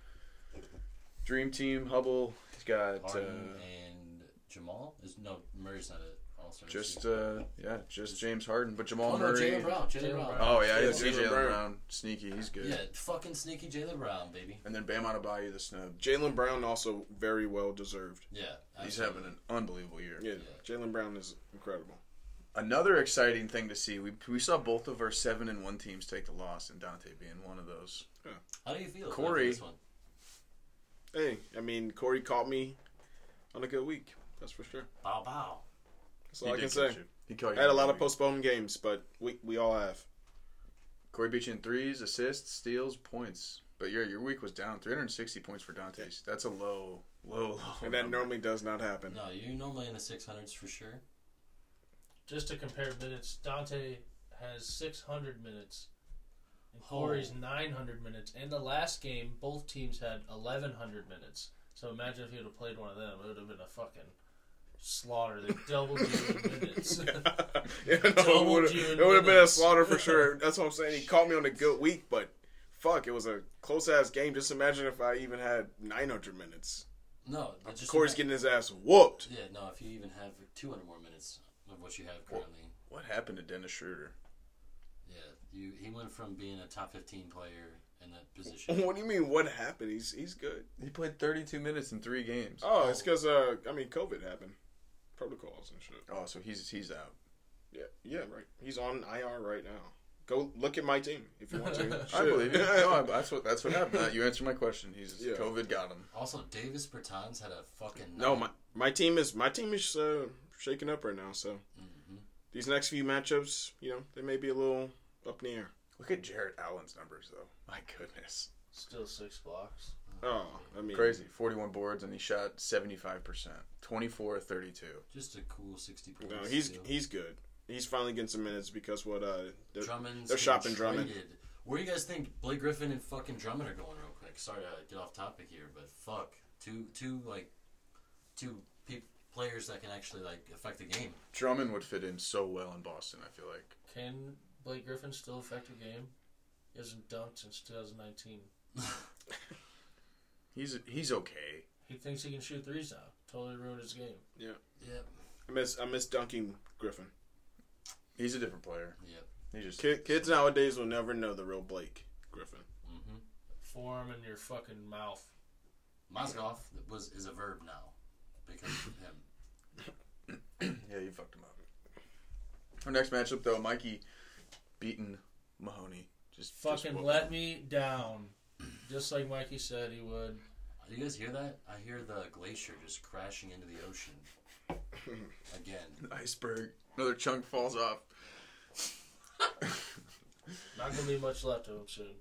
[SPEAKER 4] Dream Team, Hubble. He's got uh,
[SPEAKER 7] Harden and Jamal is no Murray's not a All Star.
[SPEAKER 4] just uh, yeah, just James Harden, but Jamal
[SPEAKER 7] oh no,
[SPEAKER 4] Murray.
[SPEAKER 7] Jalen Brown, Jalen
[SPEAKER 5] Jalen
[SPEAKER 7] Brown.
[SPEAKER 5] Brown.
[SPEAKER 4] Oh yeah, I
[SPEAKER 6] Yeah,
[SPEAKER 4] didn't see
[SPEAKER 6] Jalen
[SPEAKER 4] Jalen
[SPEAKER 6] Brown.
[SPEAKER 4] Brown. Sneaky, he's good.
[SPEAKER 7] Yeah, fucking sneaky Jalen Brown, baby.
[SPEAKER 4] And then Bam Adebayo, the snub.
[SPEAKER 6] Jalen Brown also very well deserved.
[SPEAKER 7] Yeah,
[SPEAKER 4] He's
[SPEAKER 7] absolutely.
[SPEAKER 4] having an unbelievable year.
[SPEAKER 6] Yeah, Jalen Brown is incredible.
[SPEAKER 4] Another exciting thing to see. We, we saw both of our seven and one teams take the loss, and Dante being one of those.
[SPEAKER 7] How do you feel? about
[SPEAKER 4] Corey.
[SPEAKER 7] This one?
[SPEAKER 6] Hey, I mean Corey caught me on a good week. That's for sure.
[SPEAKER 7] Bow bow.
[SPEAKER 6] That's all I
[SPEAKER 4] did
[SPEAKER 6] can
[SPEAKER 4] catch
[SPEAKER 6] say.
[SPEAKER 4] you. He caught you
[SPEAKER 6] I had a lot
[SPEAKER 4] every
[SPEAKER 6] of
[SPEAKER 4] week.
[SPEAKER 6] postponed games, but we we all have.
[SPEAKER 4] Corey Beach in threes, assists, steals, points. But yeah, your week was down 360 points for Dante. That's a low, low, low.
[SPEAKER 6] And that
[SPEAKER 4] number.
[SPEAKER 6] normally does not happen.
[SPEAKER 7] No, you're normally in the 600s for sure.
[SPEAKER 5] Just to compare minutes, Dante has 600 minutes, and Corey's 900 minutes. And the last game, both teams had 1,100 minutes. So imagine if you'd have played one of them, it would have been a fucking slaughter. They doubled you in minutes.
[SPEAKER 6] Yeah, no, it
[SPEAKER 5] Doubled
[SPEAKER 6] would
[SPEAKER 5] you in
[SPEAKER 6] it would have been a
[SPEAKER 5] minutes.
[SPEAKER 6] slaughter for sure. That's what I'm saying. He caught me on a good week, but fuck, it was a close ass game. Just imagine if I even had 900 minutes.
[SPEAKER 7] No, but just
[SPEAKER 6] Corey's
[SPEAKER 7] ima-
[SPEAKER 6] getting his ass whooped.
[SPEAKER 7] Yeah, no, if you even have 200 more minutes of what you have currently,
[SPEAKER 4] What happened to Dennis Schroeder?
[SPEAKER 7] yeah, you he went from being a top 15 player in that position.
[SPEAKER 6] What do you mean? What happened? He's he's good.
[SPEAKER 4] He played 32 minutes in three games. Oh,
[SPEAKER 6] Oh, it's because uh, I mean, COVID happened, protocols and shit.
[SPEAKER 4] Oh, so he's he's out.
[SPEAKER 6] Yeah, yeah, right. He's on IR right now. Go look at my team if you want to.
[SPEAKER 4] I
[SPEAKER 6] Shit.
[SPEAKER 4] believe you. No, I- that's what that's what happened. Uh, You answered my question. He's
[SPEAKER 6] Yeah.
[SPEAKER 4] COVID got him.
[SPEAKER 7] also, Davis Bertans had a fucking
[SPEAKER 6] No,
[SPEAKER 7] night.
[SPEAKER 6] my my team is my team is uh, shaking up right now. So these next few matchups, you know, they may be a little up in the air.
[SPEAKER 4] Look at Jared Allen's numbers though. My goodness,
[SPEAKER 5] Still six blocks.
[SPEAKER 6] Oh, I mean,
[SPEAKER 4] crazy. 41 boards and he shot 75 percent, 24 32.
[SPEAKER 7] just a cool 60 points.
[SPEAKER 6] No, he's
[SPEAKER 7] still.
[SPEAKER 6] he's good. He's finally getting some minutes because what uh, they're,
[SPEAKER 7] Drummond's getting
[SPEAKER 6] they're shopping Drummond.
[SPEAKER 7] traded. Where do you guys think Blake Griffin and fucking Drummond are going? Real quick. Sorry to get off topic here, but fuck, two two like two pe- players that can actually like affect the game.
[SPEAKER 4] Drummond would fit in so well in Boston. I feel like
[SPEAKER 5] Can Blake Griffin still affect a game? He hasn't dunked since 2019.
[SPEAKER 4] he's he's okay.
[SPEAKER 5] He thinks he can shoot threes now. Totally ruined his game.
[SPEAKER 7] Yep.
[SPEAKER 6] I miss I miss dunking Griffin.
[SPEAKER 4] He's a different player.
[SPEAKER 7] Yep.
[SPEAKER 4] He just
[SPEAKER 6] Kid, kids nowadays will never know the real Blake Griffin.
[SPEAKER 7] Mm-hmm.
[SPEAKER 5] Form in your fucking mouth.
[SPEAKER 7] Mozgov was is a verb now because of him.
[SPEAKER 4] Yeah, you fucked him up. Our next matchup, though, Mikey beating Mahoney. Just just
[SPEAKER 5] Fucking
[SPEAKER 4] whooped
[SPEAKER 5] let
[SPEAKER 4] him.
[SPEAKER 5] me down. Just like Mikey said he would.
[SPEAKER 7] Do you guys hear that? I hear the glacier just crashing into the ocean again.
[SPEAKER 4] iceberg. Another chunk falls off.
[SPEAKER 5] Not gonna be much left of him soon.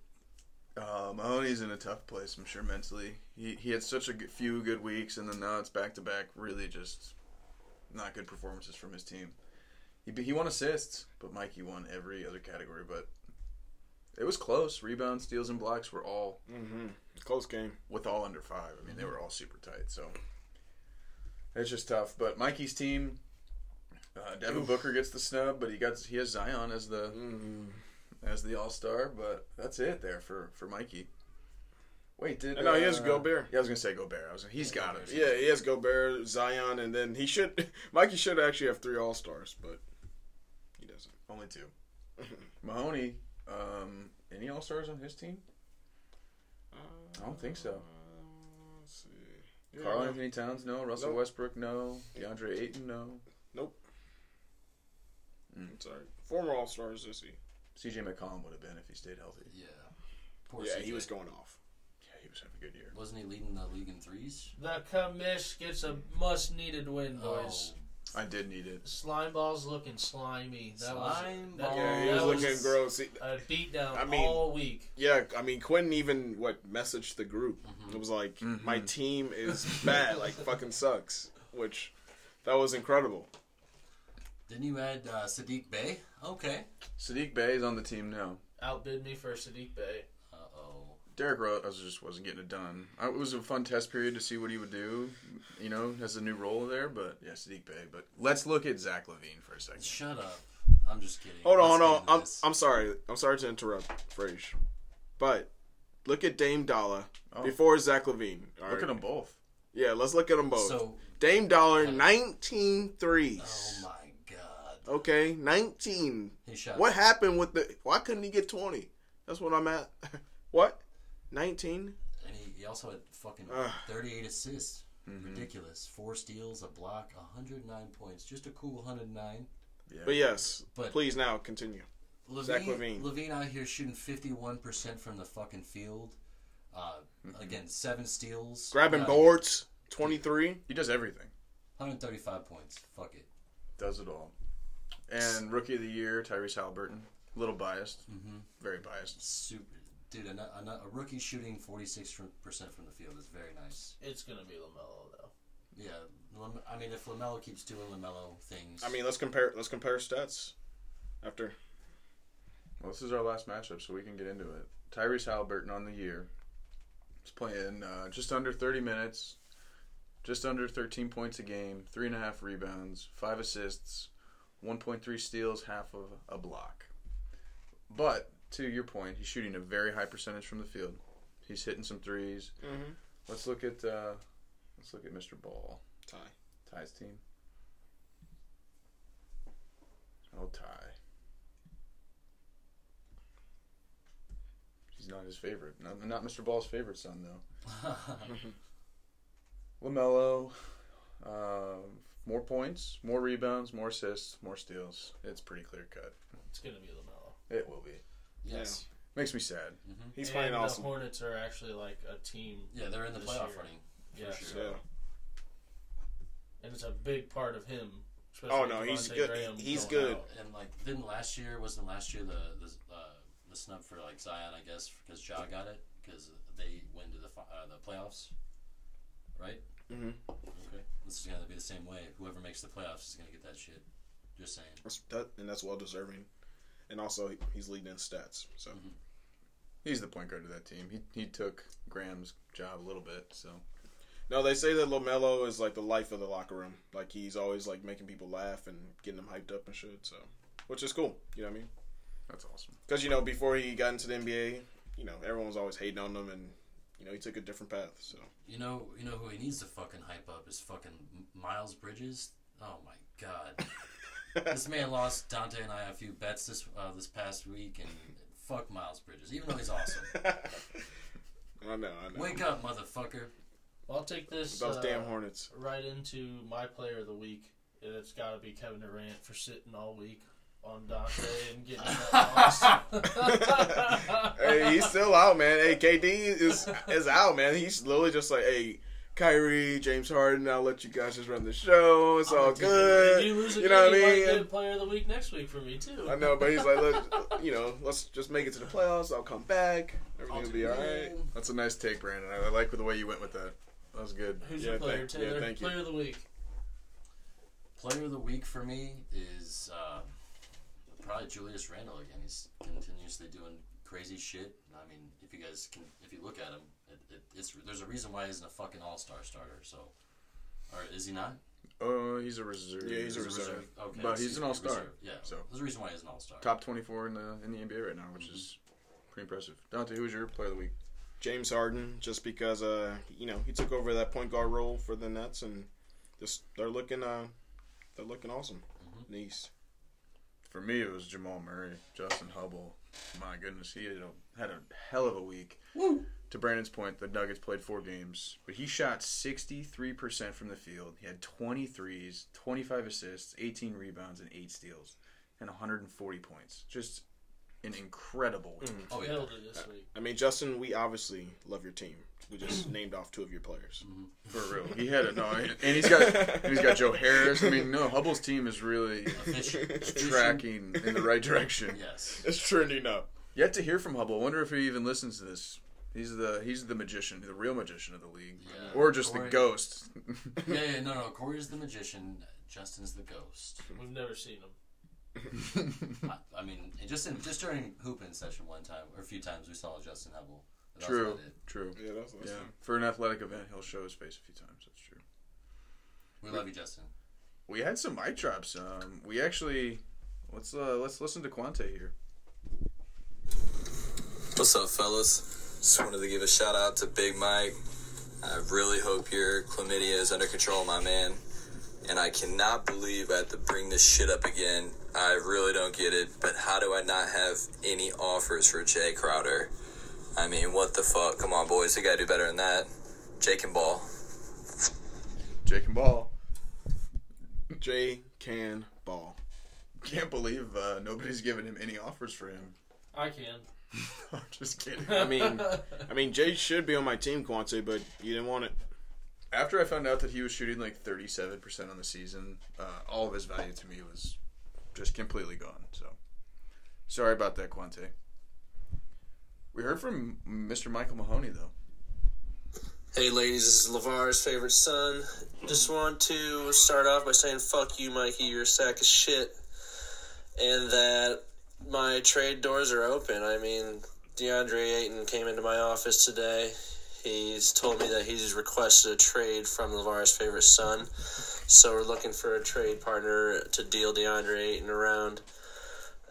[SPEAKER 4] Uh, Mahoney's in a tough place, I'm sure mentally. He he had such a good, few good weeks, and then now it's back to back. Really, just not good performances from his team. He be- he won assists, but Mikey won every other category. But it was close. Rebounds, steals, and blocks were all
[SPEAKER 6] Mm-hmm. Close game.
[SPEAKER 4] with all under five. I mean, they were all super tight. So it's just tough. But Mikey's team, uh, Devin Booker gets the snub, but he got he has Zion as the as the All Star. But that's it there for for Mikey. Wait, did
[SPEAKER 6] Uh, no, he has Gobert.
[SPEAKER 4] Yeah, I was gonna say Gobert. I was. Gonna, he's got it.
[SPEAKER 6] Yeah, he has Gobert, Zion, and then he should. Mikey should actually have three All Stars, but he doesn't.
[SPEAKER 4] Only two. Mahoney. Um, any All Stars on his team? I don't think so.
[SPEAKER 6] Um, Let's see.
[SPEAKER 4] Carl Anthony Towns, no. Russell
[SPEAKER 6] Nope.
[SPEAKER 4] Westbrook, no. DeAndre Ayton, no.
[SPEAKER 6] I'm sorry. Former All Stars, is he?
[SPEAKER 4] CJ McCollum would have been if he stayed healthy.
[SPEAKER 7] Yeah. Poor
[SPEAKER 6] yeah,
[SPEAKER 7] CJ.
[SPEAKER 6] he was going off.
[SPEAKER 4] Yeah, he was having a good year.
[SPEAKER 7] Wasn't he leading the league in threes?
[SPEAKER 5] The commish gets a must needed win, boys.
[SPEAKER 7] Oh,
[SPEAKER 4] I did need it.
[SPEAKER 5] Slime ball's looking slimy. That
[SPEAKER 7] Slime
[SPEAKER 5] was that,
[SPEAKER 7] ball.
[SPEAKER 6] Yeah, he
[SPEAKER 4] Oh,
[SPEAKER 5] that
[SPEAKER 6] was
[SPEAKER 5] was
[SPEAKER 6] looking gross. He-
[SPEAKER 5] a beatdown
[SPEAKER 6] I mean-
[SPEAKER 5] all week.
[SPEAKER 6] yeah, I mean, Quinn even what messaged the group.
[SPEAKER 7] Mm-hmm.
[SPEAKER 6] It was like,
[SPEAKER 4] Mm-hmm.
[SPEAKER 6] my team is bad, like fucking sucks, which that was incredible.
[SPEAKER 7] Didn't you add uh, Sadiq Bey? Okay.
[SPEAKER 4] Sadiq Bay is on the team now.
[SPEAKER 5] Outbid me for Sadiq Bay.
[SPEAKER 7] Uh oh.
[SPEAKER 4] Derek Rose just wasn't getting it done. I- It was a fun test period to see what he would do. You know, has a new role there, but yeah, Sadiq Bay. But let's look at Zach Levine for a second.
[SPEAKER 7] Shut up. I'm just kidding.
[SPEAKER 6] Hold on,
[SPEAKER 7] Let's
[SPEAKER 6] hold on.
[SPEAKER 7] get into
[SPEAKER 6] I'm,
[SPEAKER 7] this.
[SPEAKER 6] I'm sorry. I'm sorry to interrupt, Frage. But Look at Dame Dollar
[SPEAKER 4] Oh.
[SPEAKER 6] before Zach Levine. all
[SPEAKER 4] Look
[SPEAKER 6] right?
[SPEAKER 4] at them both.
[SPEAKER 6] Yeah, let's look at them both.
[SPEAKER 7] So,
[SPEAKER 6] Dame Dollar, 19
[SPEAKER 7] oh
[SPEAKER 6] threes.
[SPEAKER 7] my god,
[SPEAKER 6] okay, 19.
[SPEAKER 7] he shot.
[SPEAKER 6] What happened with the. Why couldn't he get 20? That's what I'm at. what? 19?
[SPEAKER 7] And he, he also had fucking
[SPEAKER 6] Ugh. Mm-hmm.
[SPEAKER 7] 38 assists. Ridiculous. Four steals, a block, 109 points, just a cool 109.
[SPEAKER 4] Yeah.
[SPEAKER 6] But yes,
[SPEAKER 7] But-
[SPEAKER 6] please now continue.
[SPEAKER 7] Levine,
[SPEAKER 6] Zach Levine.
[SPEAKER 7] Levine out here shooting 51% from the fucking field. Uh, Again, seven steals.
[SPEAKER 6] Mm-hmm. Grabbing
[SPEAKER 7] Uh,
[SPEAKER 6] boards, 23.
[SPEAKER 4] He does everything.
[SPEAKER 7] 135 points. Fuck it.
[SPEAKER 4] Does it all. And rookie of the year, Tyrese Halliburton. A little biased.
[SPEAKER 7] Mhm.
[SPEAKER 4] Very biased.
[SPEAKER 7] Super. Dude, a, a, a rookie shooting 46% from the field is very nice.
[SPEAKER 5] It's gonna be Lamelo though.
[SPEAKER 7] Yeah. Lam- I mean, if LaMelo keeps doing LaMelo things.
[SPEAKER 6] I mean, let's compare. Let's compare stats. After
[SPEAKER 4] Well, this is our last matchup, so we can get into it. Tyrese Halliburton on the year. He's playing uh, just under 30 minutes, just under 13 points a game, three and a half rebounds, five assists, 1.3 steals, half of a block. But to your point, he's shooting a very high percentage from the field. He's hitting some 3s
[SPEAKER 6] Mhm.
[SPEAKER 4] Let's look at uh, let's look at Mr. Ball.
[SPEAKER 6] Ty,
[SPEAKER 4] Ty's team. Oh, Ty. He's not his favorite. Not, not Mr. Ball's favorite son, though. LaMelo, um, more points, more rebounds, more assists, more steals. It's pretty clear cut.
[SPEAKER 5] It's gonna be Lamelo.
[SPEAKER 4] It will be.
[SPEAKER 7] yes.
[SPEAKER 4] Makes me sad.
[SPEAKER 6] he's
[SPEAKER 5] And
[SPEAKER 6] playing
[SPEAKER 5] the
[SPEAKER 6] awesome.
[SPEAKER 5] Hornets are actually like a team.
[SPEAKER 7] Yeah, they're in the
[SPEAKER 5] This
[SPEAKER 7] playoff
[SPEAKER 5] year.
[SPEAKER 7] running.
[SPEAKER 5] Yeah,
[SPEAKER 7] For sure.
[SPEAKER 6] So,
[SPEAKER 5] and it's a big part of him.
[SPEAKER 6] oh
[SPEAKER 5] especially
[SPEAKER 6] no,
[SPEAKER 5] with
[SPEAKER 6] he's
[SPEAKER 5] Devontae
[SPEAKER 6] good.
[SPEAKER 5] Graham
[SPEAKER 6] He's
[SPEAKER 5] going
[SPEAKER 6] good.
[SPEAKER 5] out.
[SPEAKER 7] And like, then last year wasn't last year the the uh, the snub for like Zion, I guess, because Ja got it because they went to the fi- uh, the playoffs, right?
[SPEAKER 6] Mhm.
[SPEAKER 7] Okay, this is gonna be the same way. Whoever makes the playoffs is gonna get that shit. Just saying.
[SPEAKER 6] That's- that- and that's well deserving. And also, he- he's leading in stats. So
[SPEAKER 5] Mm-hmm.
[SPEAKER 4] He's the point guard of that team. He, he took Graham's job a little bit, so.
[SPEAKER 6] no, they say that Lomelo is like the life of the locker room. Like he's always like making people laugh and getting them hyped up and shit. So, which is cool. You know what I mean?
[SPEAKER 4] That's awesome.
[SPEAKER 6] Because you know, before he got into the NBA, you know, everyone was always hating on him, and you know, he took a different path. So
[SPEAKER 7] You know, you know who he needs to fucking hype up is fucking M- Miles Bridges. Oh my god, this man lost Dante and I a few bets this uh, this past week, and fuck Miles Bridges, even though he's awesome.
[SPEAKER 6] I know, I know.
[SPEAKER 7] Wake up, motherfucker.
[SPEAKER 5] Well, I'll take this
[SPEAKER 6] Those
[SPEAKER 5] uh,
[SPEAKER 6] damn Hornets.
[SPEAKER 5] right into my player of the week. and It's got to be Kevin Durant for sitting all week on Doc Day and getting that loss.
[SPEAKER 6] hey, he's still out, man. Hey, KD is is out, man. He's literally just like, hey, Kyrie, James Harden. I'll let you guys just run the show. It's all
[SPEAKER 5] If
[SPEAKER 6] good.
[SPEAKER 5] you lose
[SPEAKER 6] You know what I
[SPEAKER 5] again, you might
[SPEAKER 6] mean?
[SPEAKER 5] get player of the week next week for me too.
[SPEAKER 6] I know, but he's like, look, you know, let's just make it to the playoffs. I'll come back. Everything will be all right.
[SPEAKER 4] That's a nice take, Brandon. I, I like the way you went with that. That was good.
[SPEAKER 5] Who's
[SPEAKER 6] Yeah,
[SPEAKER 5] your player,
[SPEAKER 6] thank- yeah,
[SPEAKER 5] Taylor?
[SPEAKER 6] thank you.
[SPEAKER 5] player of the week.
[SPEAKER 7] Player of the week for me is uh, probably Julius Randle again. He's continuously doing crazy shit. I mean, if you guys can, if you look at him, it, it, it's there's a reason why he isn't a fucking All Star starter. So, or is he not?
[SPEAKER 4] Oh, he's a reserve.
[SPEAKER 6] Yeah, he's a
[SPEAKER 7] He's
[SPEAKER 6] reserve.
[SPEAKER 7] Okay,
[SPEAKER 4] But he's
[SPEAKER 7] excuse
[SPEAKER 4] an
[SPEAKER 7] me,
[SPEAKER 4] all-star,
[SPEAKER 7] reserve. Yeah,
[SPEAKER 4] so.
[SPEAKER 7] there's a reason why he's an All Star.
[SPEAKER 4] top 24 in the in the NBA right now, which is pretty impressive. Dante, who's your player of the week?
[SPEAKER 6] James Harden, just because, uh, you know, he took over that point guard role for the Nets, and just they're looking, uh, they're looking awesome.
[SPEAKER 4] Mm-hmm.
[SPEAKER 6] Nice.
[SPEAKER 4] For me, it was Jamal Murray, Justin Hubble. My goodness, he had a, had a hell of a week. To Brandon's point, the Nuggets played four games, but he shot 63% from the field. He had 23s, 25 assists, 18 rebounds, and eight steals, and 140 points. Just an incredible week.
[SPEAKER 7] Oh yeah,
[SPEAKER 5] Killed it this week.
[SPEAKER 6] I mean, Justin, we obviously love your team. We
[SPEAKER 4] Mm-hmm.
[SPEAKER 6] just named off two of your players.
[SPEAKER 4] For real, he had it. No, and he's got and he's got Joe Harris. I mean, no, Hubble's team is really
[SPEAKER 7] efficient.
[SPEAKER 4] tracking in the right direction.
[SPEAKER 7] yes.
[SPEAKER 6] It's trending up.
[SPEAKER 4] Yet to hear from Hubble. I wonder if he even listens to this. He's the he's the magician, the real magician of the league,
[SPEAKER 7] Yeah.
[SPEAKER 4] or just the
[SPEAKER 7] Corey-
[SPEAKER 4] ghost.
[SPEAKER 7] Yeah, yeah, no, no. Corey's the magician. Justin's the ghost.
[SPEAKER 5] We've never seen him.
[SPEAKER 7] I, I mean, just in, just during hooping session one time or a few times, we saw Justin Hubble. But that's
[SPEAKER 4] true,
[SPEAKER 7] about it.
[SPEAKER 4] true.
[SPEAKER 6] Yeah, that's awesome.
[SPEAKER 4] Yeah, for an athletic event, he'll show his face a few times. That's true.
[SPEAKER 7] We love you, Justin.
[SPEAKER 4] We had some eye traps. Um, we actually let's uh, let's listen to Quante here.
[SPEAKER 8] What's up, fellas? Just wanted to give a shout out to Big Mike. I really hope your chlamydia is under control, my man. And I cannot believe I have to bring this shit up again. I really don't get it, but how do I not have any offers for Jay Crowder? I mean, what the fuck? Come on, boys. They gotta do better than that. Jake and Ball.
[SPEAKER 4] Jake and Ball.
[SPEAKER 6] J can ball.
[SPEAKER 4] Can't believe uh, nobody's given him any offers for him.
[SPEAKER 5] I can.
[SPEAKER 4] I'm just kidding.
[SPEAKER 6] I mean, I mean, Jay should be on my team, Quante, but you didn't want it.
[SPEAKER 4] After I found out that he was shooting like 37% on the season, uh, all of his value to me was just completely gone. So sorry about that, Quante. We heard from Mr. Michael Mahoney, though.
[SPEAKER 9] Hey, ladies, this is LeVar's favorite son. Just want to start off by saying, fuck you, Mikey, you're a sack of shit. And that my trade doors are open. I mean, DeAndre Ayton came into my office today. He's told me that he's requested a trade from LeVar's favorite son. So we're looking for a trade partner to deal DeAndre Ayton around.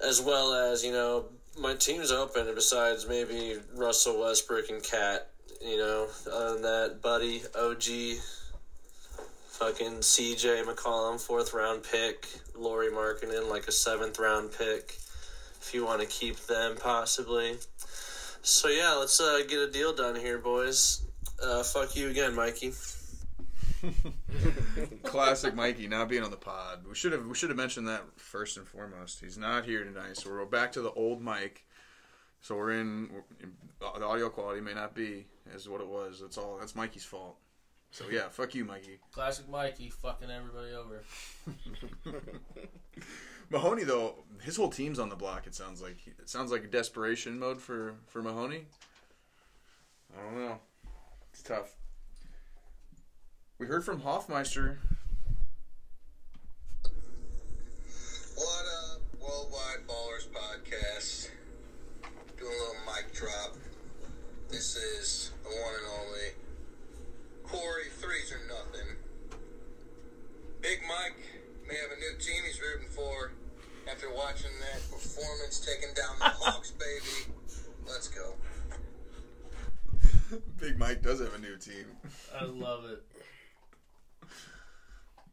[SPEAKER 9] As well as, you know, my team's open, besides maybe Russell Westbrook and Cat you know, other than that, Buddy, OG, fucking CJ McCollum, fourth round pick, Lori Markinen, like a seventh round pick, if you want to keep them possibly. So, yeah, let's uh, get a deal done here, boys. Uh, fuck you again, Mikey.
[SPEAKER 4] Classic Mikey not being on the pod. We should have we should have mentioned that first and foremost. He's not here tonight, so we're back to the old Mike. So we're in the audio quality may not be as what it was. That's all. That's Mikey's fault. So yeah, fuck you, Mikey.
[SPEAKER 5] Classic Mikey fucking everybody over.
[SPEAKER 4] Mahoney though, his whole team's on the block. It sounds like it sounds like desperation mode for for Mahoney. I don't know. It's tough. We heard from Hoffmeister.
[SPEAKER 3] What up, Worldwide Ballers Podcast? Doing a little mic drop. This is the one and only Corey Threes or Nothing. Big Mike may have a new team he's rooting for after watching that performance taking down the Hawks, baby. Let's go.
[SPEAKER 4] Big Mike does have a new team.
[SPEAKER 5] I love it.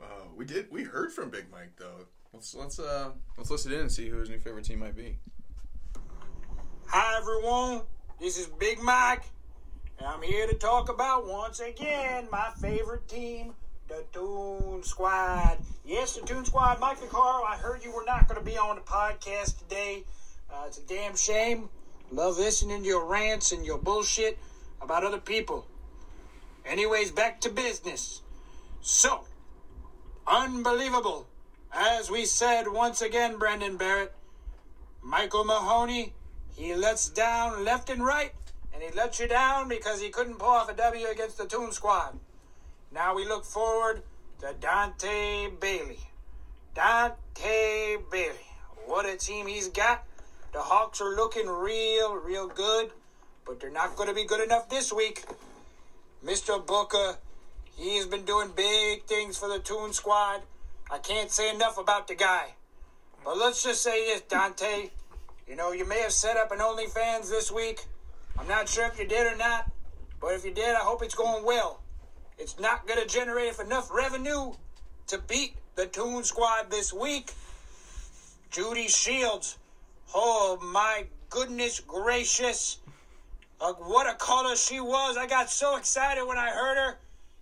[SPEAKER 4] Uh, we did. We heard from Big Mike though. Let's let's uh let's listen in and see who his new favorite team might be.
[SPEAKER 10] Hi everyone, this is Big Mike, and I'm here to talk about once again my favorite team, the Toon Squad. Yes, the Toon Squad, Mike Carl. I heard you were not going to be on the podcast today. Uh, it's a damn shame. Love listening to your rants and your bullshit about other people. Anyways, back to business. So, unbelievable. As we said once again, Brandon Barrett, Michael Mahoney he lets down left and right, and he lets you down because he couldn't pull off a W against the Toon Squad. Now we look forward to Dante Bailey. Dante Bailey. What a team he's got. The Hawks are looking real, real good, but they're not going to be good enough this week. Mr. Booker, he's been doing big things for the Toon Squad. I can't say enough about the guy. But let's just say this, Dante. You know, you may have set up an OnlyFans this week. I'm not sure if you did or not, but if you did, I hope it's going well. It's not going to generate enough revenue to beat the Toon Squad this week. Judy Shields. Oh, my goodness gracious. Uh, what a caller she was. I got so excited when I heard her.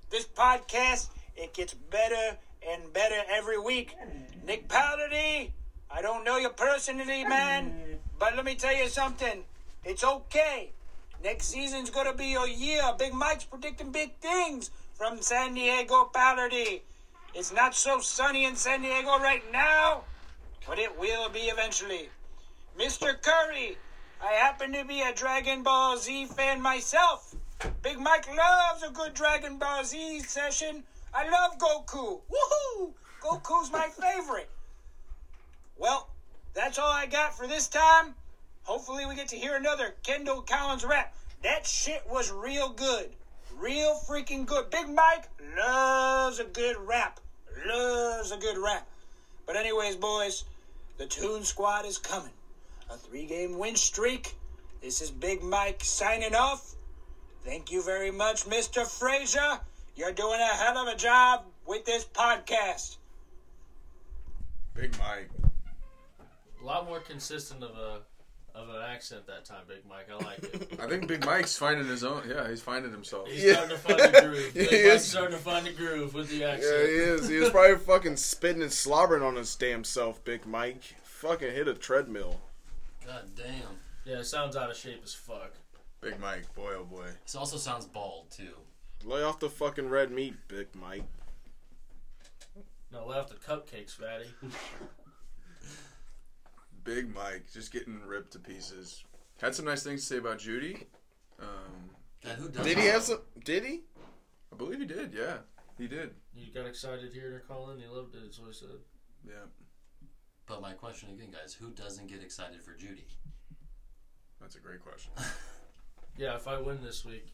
[SPEAKER 10] This podcast, it gets better and better every week. Nick Paladin. I don't know you personally, man, but let me tell you something. It's okay. Next season's gonna be your year. Big Mike's predicting big things from San Diego Pallardy. It's not so sunny in San Diego right now, but it will be eventually. Mr. Curry, I happen to be a Dragon Ball Z fan myself. Big Mike loves a good Dragon Ball Z session. I love Goku. Woohoo! Goku's my favorite. Well, that's all I got for this time. Hopefully, we get to hear another Kendall Collins rap. That shit was real good. Real freaking good. Big Mike loves a good rap. Loves a good rap. But, anyways, boys, the Toon Squad is coming. A three game win streak. This is Big Mike signing off. Thank you very much, Mr. Fraser. You're doing a hell of a job with this podcast.
[SPEAKER 4] Big Mike.
[SPEAKER 5] A lot more consistent of a of an accent that time, Big Mike. I like it.
[SPEAKER 4] I think Big Mike's finding his own. Yeah, he's finding himself.
[SPEAKER 5] He's
[SPEAKER 6] Yeah.
[SPEAKER 5] starting to find the groove. Big
[SPEAKER 6] He
[SPEAKER 5] Mike's
[SPEAKER 6] is.
[SPEAKER 5] starting to find the groove with the
[SPEAKER 6] Yeah, he
[SPEAKER 5] accent.
[SPEAKER 6] is. He was probably fucking spitting and slobbering on his damn self, Big Mike. Fucking hit a treadmill.
[SPEAKER 7] God damn.
[SPEAKER 5] yeah, it sounds out of shape as fuck.
[SPEAKER 4] Big Mike, boy oh boy.
[SPEAKER 7] This also sounds bald too.
[SPEAKER 6] Lay off the fucking red meat, Big Mike.
[SPEAKER 5] No, lay off the cupcakes, fatty.
[SPEAKER 4] Big Mike, just getting ripped to pieces. Had some nice things to say about Judy. Um,
[SPEAKER 7] God, who does
[SPEAKER 6] Did he have some? Did he?
[SPEAKER 4] I believe he did. Yeah, he did.
[SPEAKER 5] You got excited hearing her call in. You loved it. Is what I said.
[SPEAKER 4] Yeah,
[SPEAKER 7] But my question again, guys, who doesn't get excited for Judy?
[SPEAKER 4] that's a great question.
[SPEAKER 5] Yeah, if I win this week,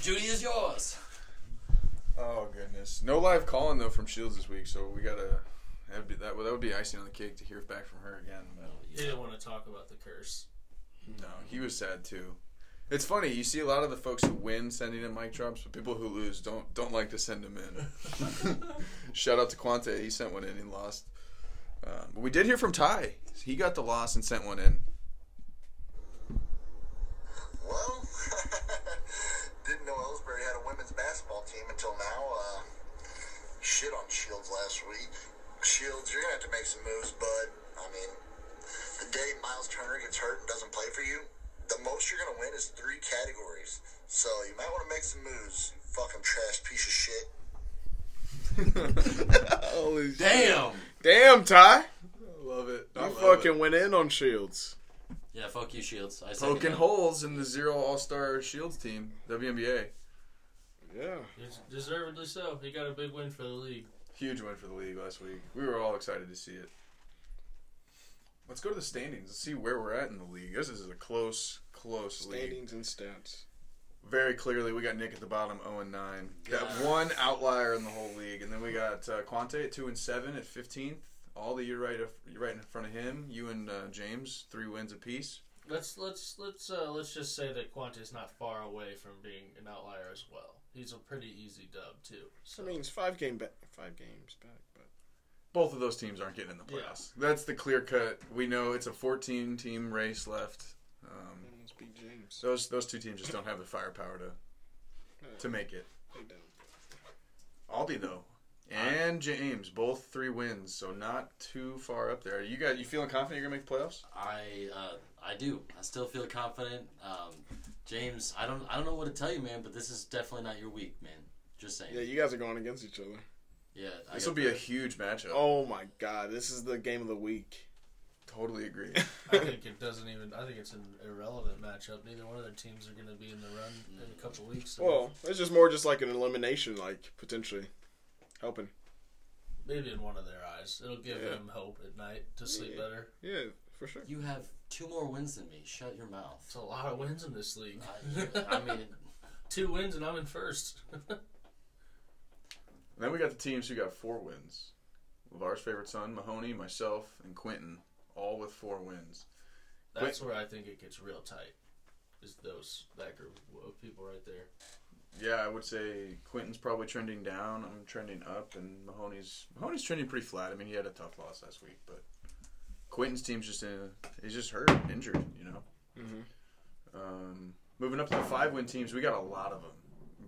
[SPEAKER 7] Judy is yours.
[SPEAKER 4] Oh goodness, no live calling though from Shields this week, so we gotta. That'd be, that, would- that would be icing on the cake to hear back from her again. But
[SPEAKER 5] you didn't want to talk about the curse.
[SPEAKER 4] no, he was sad too. It's funny you see a lot of the folks who win sending in mic drops, but people who lose don't don't like to send them in. Shout out to Quante, he sent one in, he lost. Um, but we did hear from Ty. He got the loss and sent one in.
[SPEAKER 3] Well, didn't know Ellsbury had a women's basketball team until now. Uh, shit on Shields last week. Shields, you're gonna have to make some moves, bud. I mean, the day Miles Turner gets hurt and doesn't play for you, the most you're gonna win is three categories. So you might want to make some moves. You fucking trash piece of shit.
[SPEAKER 6] Holy shit.
[SPEAKER 7] Damn.
[SPEAKER 6] Damn, Ty.
[SPEAKER 4] Love it.
[SPEAKER 6] You fucking went in on Shields.
[SPEAKER 7] Yeah, fuck you, Shields. I second
[SPEAKER 4] poking
[SPEAKER 7] that.
[SPEAKER 4] holes in the zero All Star Shields team, WNBA.
[SPEAKER 6] Yeah.
[SPEAKER 5] It's deservedly so. He got a big win for the league.
[SPEAKER 4] Huge win for the league last week. We were all excited to see it. Let's go to the standings. Let's see where we're at in the league. This is a close, close league.
[SPEAKER 6] and stats.
[SPEAKER 4] Very clearly, we got Nick at the bottom, 0 and 9. Got
[SPEAKER 7] Yeah.
[SPEAKER 4] one outlier in the whole league, and then we got uh, Quante at 2 and 7 at 15th. All the year right, of, you're right in front of him. You and uh, James, three wins apiece.
[SPEAKER 5] Let's let's let's uh, let's just say that Quante's not far away from being an outlier as well. He's a pretty easy dub too.
[SPEAKER 6] I
[SPEAKER 5] So
[SPEAKER 6] mean, it's five game back. Five games back, but
[SPEAKER 4] Both of those teams aren't getting in the playoffs. That's the clear cut. We know it's a 14 team race left. Um,
[SPEAKER 6] let's beat James.
[SPEAKER 4] Those those two teams just don't have the firepower to to make it.
[SPEAKER 6] They don't.
[SPEAKER 4] Aldi though, and James both three wins, so not too far up there. You got you feeling confident you're gonna make the playoffs?
[SPEAKER 7] I uh, I do. I still feel confident. Um, James, I don't I don't know what to tell you, man, but this is definitely not your week, man. Just saying.
[SPEAKER 6] Yeah, you guys are going against each other.
[SPEAKER 7] Yeah, I
[SPEAKER 4] This
[SPEAKER 7] got
[SPEAKER 4] will be a
[SPEAKER 7] that.
[SPEAKER 4] huge matchup.
[SPEAKER 6] Oh my god, this is the game of the week.
[SPEAKER 4] Totally agree.
[SPEAKER 5] I think it doesn't even. I think it's an irrelevant matchup. Neither one of their teams are going to be in the run in a couple weeks. So
[SPEAKER 6] Well, it's just more just like an elimination, like potentially helping.
[SPEAKER 5] maybe in one of their eyes, it'll give
[SPEAKER 6] Yeah.
[SPEAKER 5] them hope at night to sleep better.
[SPEAKER 6] Yeah, for sure.
[SPEAKER 7] You have two more wins than me. Shut your mouth.
[SPEAKER 5] It's a lot of wins in this league.
[SPEAKER 7] I, I mean,
[SPEAKER 5] Two wins and I'm in first.
[SPEAKER 4] then we got the teams who got four wins. Lavar's favorite son, Mahoney, myself, and Quentin, all with four wins.
[SPEAKER 5] That's where I think it gets real tight. Is those that group of people right there?
[SPEAKER 4] Yeah, I would say Quentin's probably trending down. I'm trending up, and Mahoney's Mahoney's trending pretty flat. I mean, he had a tough loss last week, but Quentin's team's just in. He's just hurt, injured. You know. Um, moving up to the five win teams, we got a lot of them.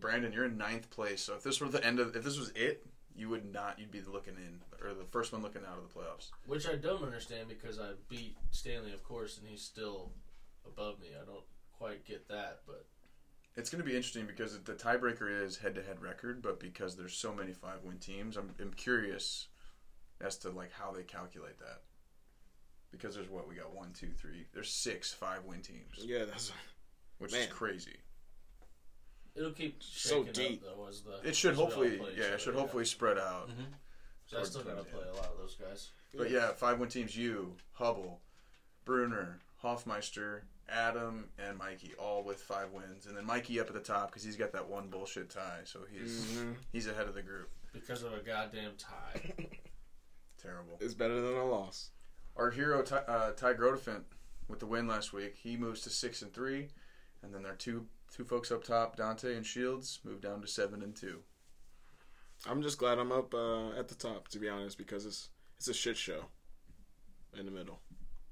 [SPEAKER 4] Brandon, you're in ninth place. So if this were the end of, if this was it, you would not. You'd be looking in, or the first one looking out of the playoffs.
[SPEAKER 5] Which I don't understand because I beat Stanley, of course, and he's still above me. I don't quite get that, but
[SPEAKER 4] It's going to be interesting because the tiebreaker is head to head record, but because there's so many five win teams, I'm, I'm curious as to like how they calculate that. Because there's what we got one, two, three. There's six five win teams,
[SPEAKER 6] Yeah, that's
[SPEAKER 4] which is
[SPEAKER 6] Man.
[SPEAKER 4] crazy.
[SPEAKER 5] it'll keep
[SPEAKER 6] So
[SPEAKER 5] shaking
[SPEAKER 6] deep.
[SPEAKER 5] up though. As the
[SPEAKER 4] It should
[SPEAKER 5] as we all
[SPEAKER 4] hopefully,
[SPEAKER 5] play each
[SPEAKER 4] yeah,
[SPEAKER 5] other,
[SPEAKER 4] it should hopefully spread out.
[SPEAKER 5] So I still gotta play a lot of those guys.
[SPEAKER 4] But yeah, five win teams. You, Hubble, Bruner, Hoffmeister, Adam, and Mikey, all with five wins, and then Mikey up at the top because he's got that one bullshit tie, so he's he's ahead of the group.
[SPEAKER 5] Because of a goddamn tie.
[SPEAKER 4] Terrible.
[SPEAKER 6] it's better than a loss.
[SPEAKER 4] Our hero Ty, uh, Ty Grotefend with the win last week. He moves to six and three, and then their two two folks up top, Dante and Shields, move down to seven and two.
[SPEAKER 6] I'm just glad I'm up uh, at the top, to be honest, because it's it's a shit show in the middle.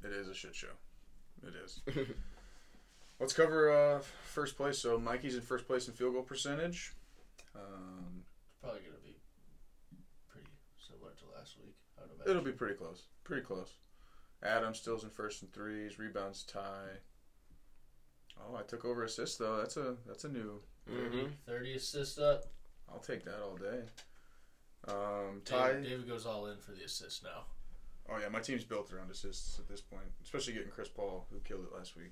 [SPEAKER 4] It is a shit show. It is. Let's cover uh, first place. So Mikey's in first place in field goal percentage. Um,
[SPEAKER 5] Probably gonna be pretty similar to last week. I would
[SPEAKER 4] it'll
[SPEAKER 5] imagine.
[SPEAKER 4] be pretty close. Pretty close. Adam still's in first and threes. Rebounds tie. Oh, I took over assists though. That's a that's a new.
[SPEAKER 6] Mm-hmm.
[SPEAKER 5] Thirty assists up.
[SPEAKER 4] I'll take that all day. Um, tie.
[SPEAKER 5] David, David goes all in for the assist now.
[SPEAKER 4] Oh yeah, my team's built around assists at this point, especially getting Chris Paul, who killed it last week.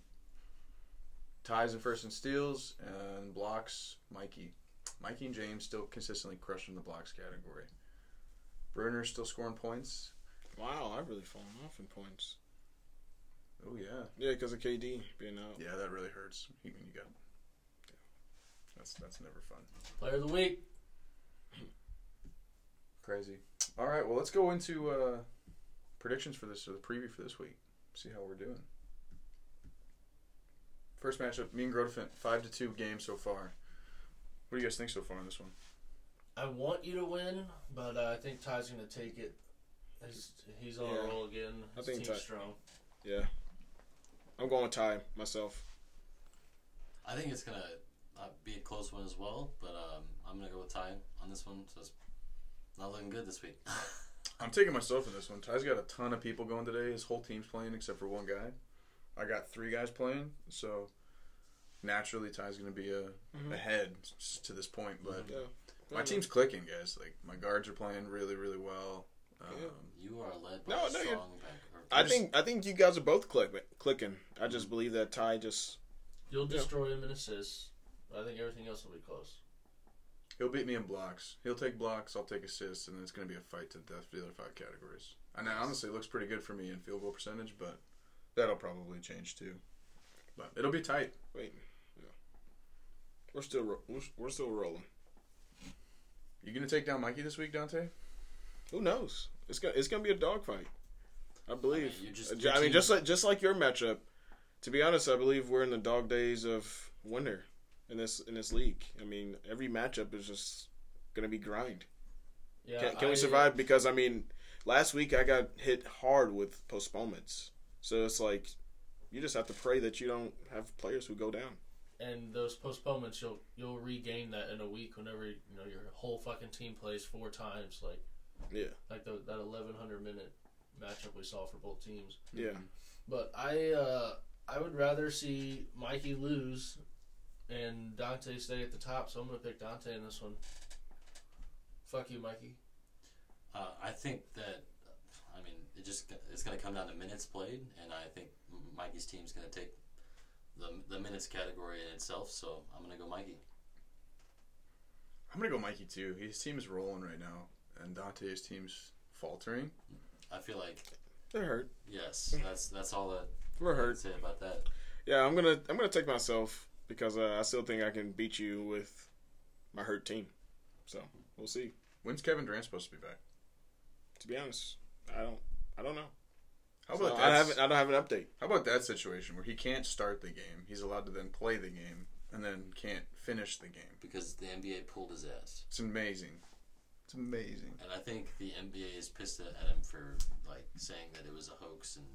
[SPEAKER 4] Ties in first and steals and blocks. Mikey, Mikey and James still consistently crushing the blocks category. Bruner still scoring points.
[SPEAKER 6] Wow, I've really fallen off in points.
[SPEAKER 4] Oh yeah,
[SPEAKER 6] Yeah, because of KD being out.
[SPEAKER 4] yeah, that really hurts. You, you got. That's that's never fun.
[SPEAKER 5] Player of the week.
[SPEAKER 4] Crazy. All right, well let's go into uh, predictions for this or the preview for this week. See how we're doing. First matchup, me and Grodefent, five to two game so far. What do you guys think so far on this one?
[SPEAKER 5] I want you to win, but uh, I think Ty's gonna take it. He's, he's on
[SPEAKER 6] Yeah.
[SPEAKER 5] a roll again.
[SPEAKER 6] I
[SPEAKER 5] His
[SPEAKER 6] think
[SPEAKER 5] team's
[SPEAKER 6] Ty-
[SPEAKER 5] strong.
[SPEAKER 6] Yeah. I'm going with Ty myself.
[SPEAKER 7] I think it's gonna uh, be a close one as well, but um, I'm gonna go with Ty on this one. So it's not looking good this week.
[SPEAKER 4] I'm taking myself in this one. Ty's got a ton of people going today. His whole team's playing except for one guy. I got three guys playing, so naturally Ty's going to be a ahead s- to this point. But
[SPEAKER 6] Yeah.
[SPEAKER 4] my team's clicking, guys. Like my guards are playing really, really well. Um,
[SPEAKER 6] Yeah.
[SPEAKER 7] you are led by
[SPEAKER 6] No,
[SPEAKER 7] a
[SPEAKER 6] no, you're-
[SPEAKER 7] strong back. Or
[SPEAKER 6] I Mm. think I think you guys are both click, clicking. I just believe that Ty just
[SPEAKER 5] You'll destroy him in assists. but I think everything else will be close.
[SPEAKER 4] He'll beat me in blocks. He'll take blocks. I'll take assists, and then it's going to be a fight to the death for the other five categories. And that honestly looks pretty good for me in field goal percentage, but that'll probably change too. But it'll be tight.
[SPEAKER 6] wait. Yeah. We're still ro- we're, we're still rolling.
[SPEAKER 4] You going to take down Mikey this week, Dante?
[SPEAKER 6] Who knows? It's gonna it's gonna be a dogfight. I believe.
[SPEAKER 7] I mean, you just-
[SPEAKER 6] Uh,
[SPEAKER 7] your
[SPEAKER 6] I mean,
[SPEAKER 7] team-
[SPEAKER 6] just like just like your matchup. To be honest, I believe we're in the dog days of winter in this in this league. I mean, every matchup is just gonna be grind.
[SPEAKER 5] Yeah.
[SPEAKER 6] Can, can
[SPEAKER 5] I-
[SPEAKER 6] we survive? Because I mean, last week I got hit hard with postponements, so it's like you just have to pray that you don't have players who go down.
[SPEAKER 5] And those postponements, you'll you'll regain that in a week. Whenever you know your whole fucking team plays four times, like
[SPEAKER 6] Yeah,
[SPEAKER 5] like the, that eleven hundred minute matchup we saw for both teams.
[SPEAKER 6] yeah.
[SPEAKER 5] But I uh, I would rather see Mikey lose and Dante stay at the top, so I'm gonna pick Dante in this one. Fuck you, Mikey.
[SPEAKER 7] Uh, I think that, I mean, it just it's going to come down to minutes played, and I think Mikey's team's going to take the the minutes category in itself. So I'm going to go Mikey.
[SPEAKER 4] I'm going to go Mikey too. His team is rolling right now, and Dante's team's faltering.
[SPEAKER 7] I feel like
[SPEAKER 6] They're hurt.
[SPEAKER 7] yes, that's that's all that
[SPEAKER 6] We're
[SPEAKER 7] I can
[SPEAKER 6] hurt.
[SPEAKER 7] say about that.
[SPEAKER 6] Yeah, I'm gonna I'm gonna take myself because uh, I still think I can beat you with my hurt team. So we'll see.
[SPEAKER 4] When's Kevin Durant supposed to be back?
[SPEAKER 6] To be honest, I don't I don't know.
[SPEAKER 4] How
[SPEAKER 6] So
[SPEAKER 4] about
[SPEAKER 6] I
[SPEAKER 4] that?
[SPEAKER 6] haven't I don't have an update.
[SPEAKER 4] How about that situation where he can't start the game? He's allowed to then play the game, and then can't finish the game.
[SPEAKER 7] because the NBA pulled his ass,
[SPEAKER 4] It's amazing. It's amazing.
[SPEAKER 7] and I think the NBA is pissed at him for like saying that it was a hoax, and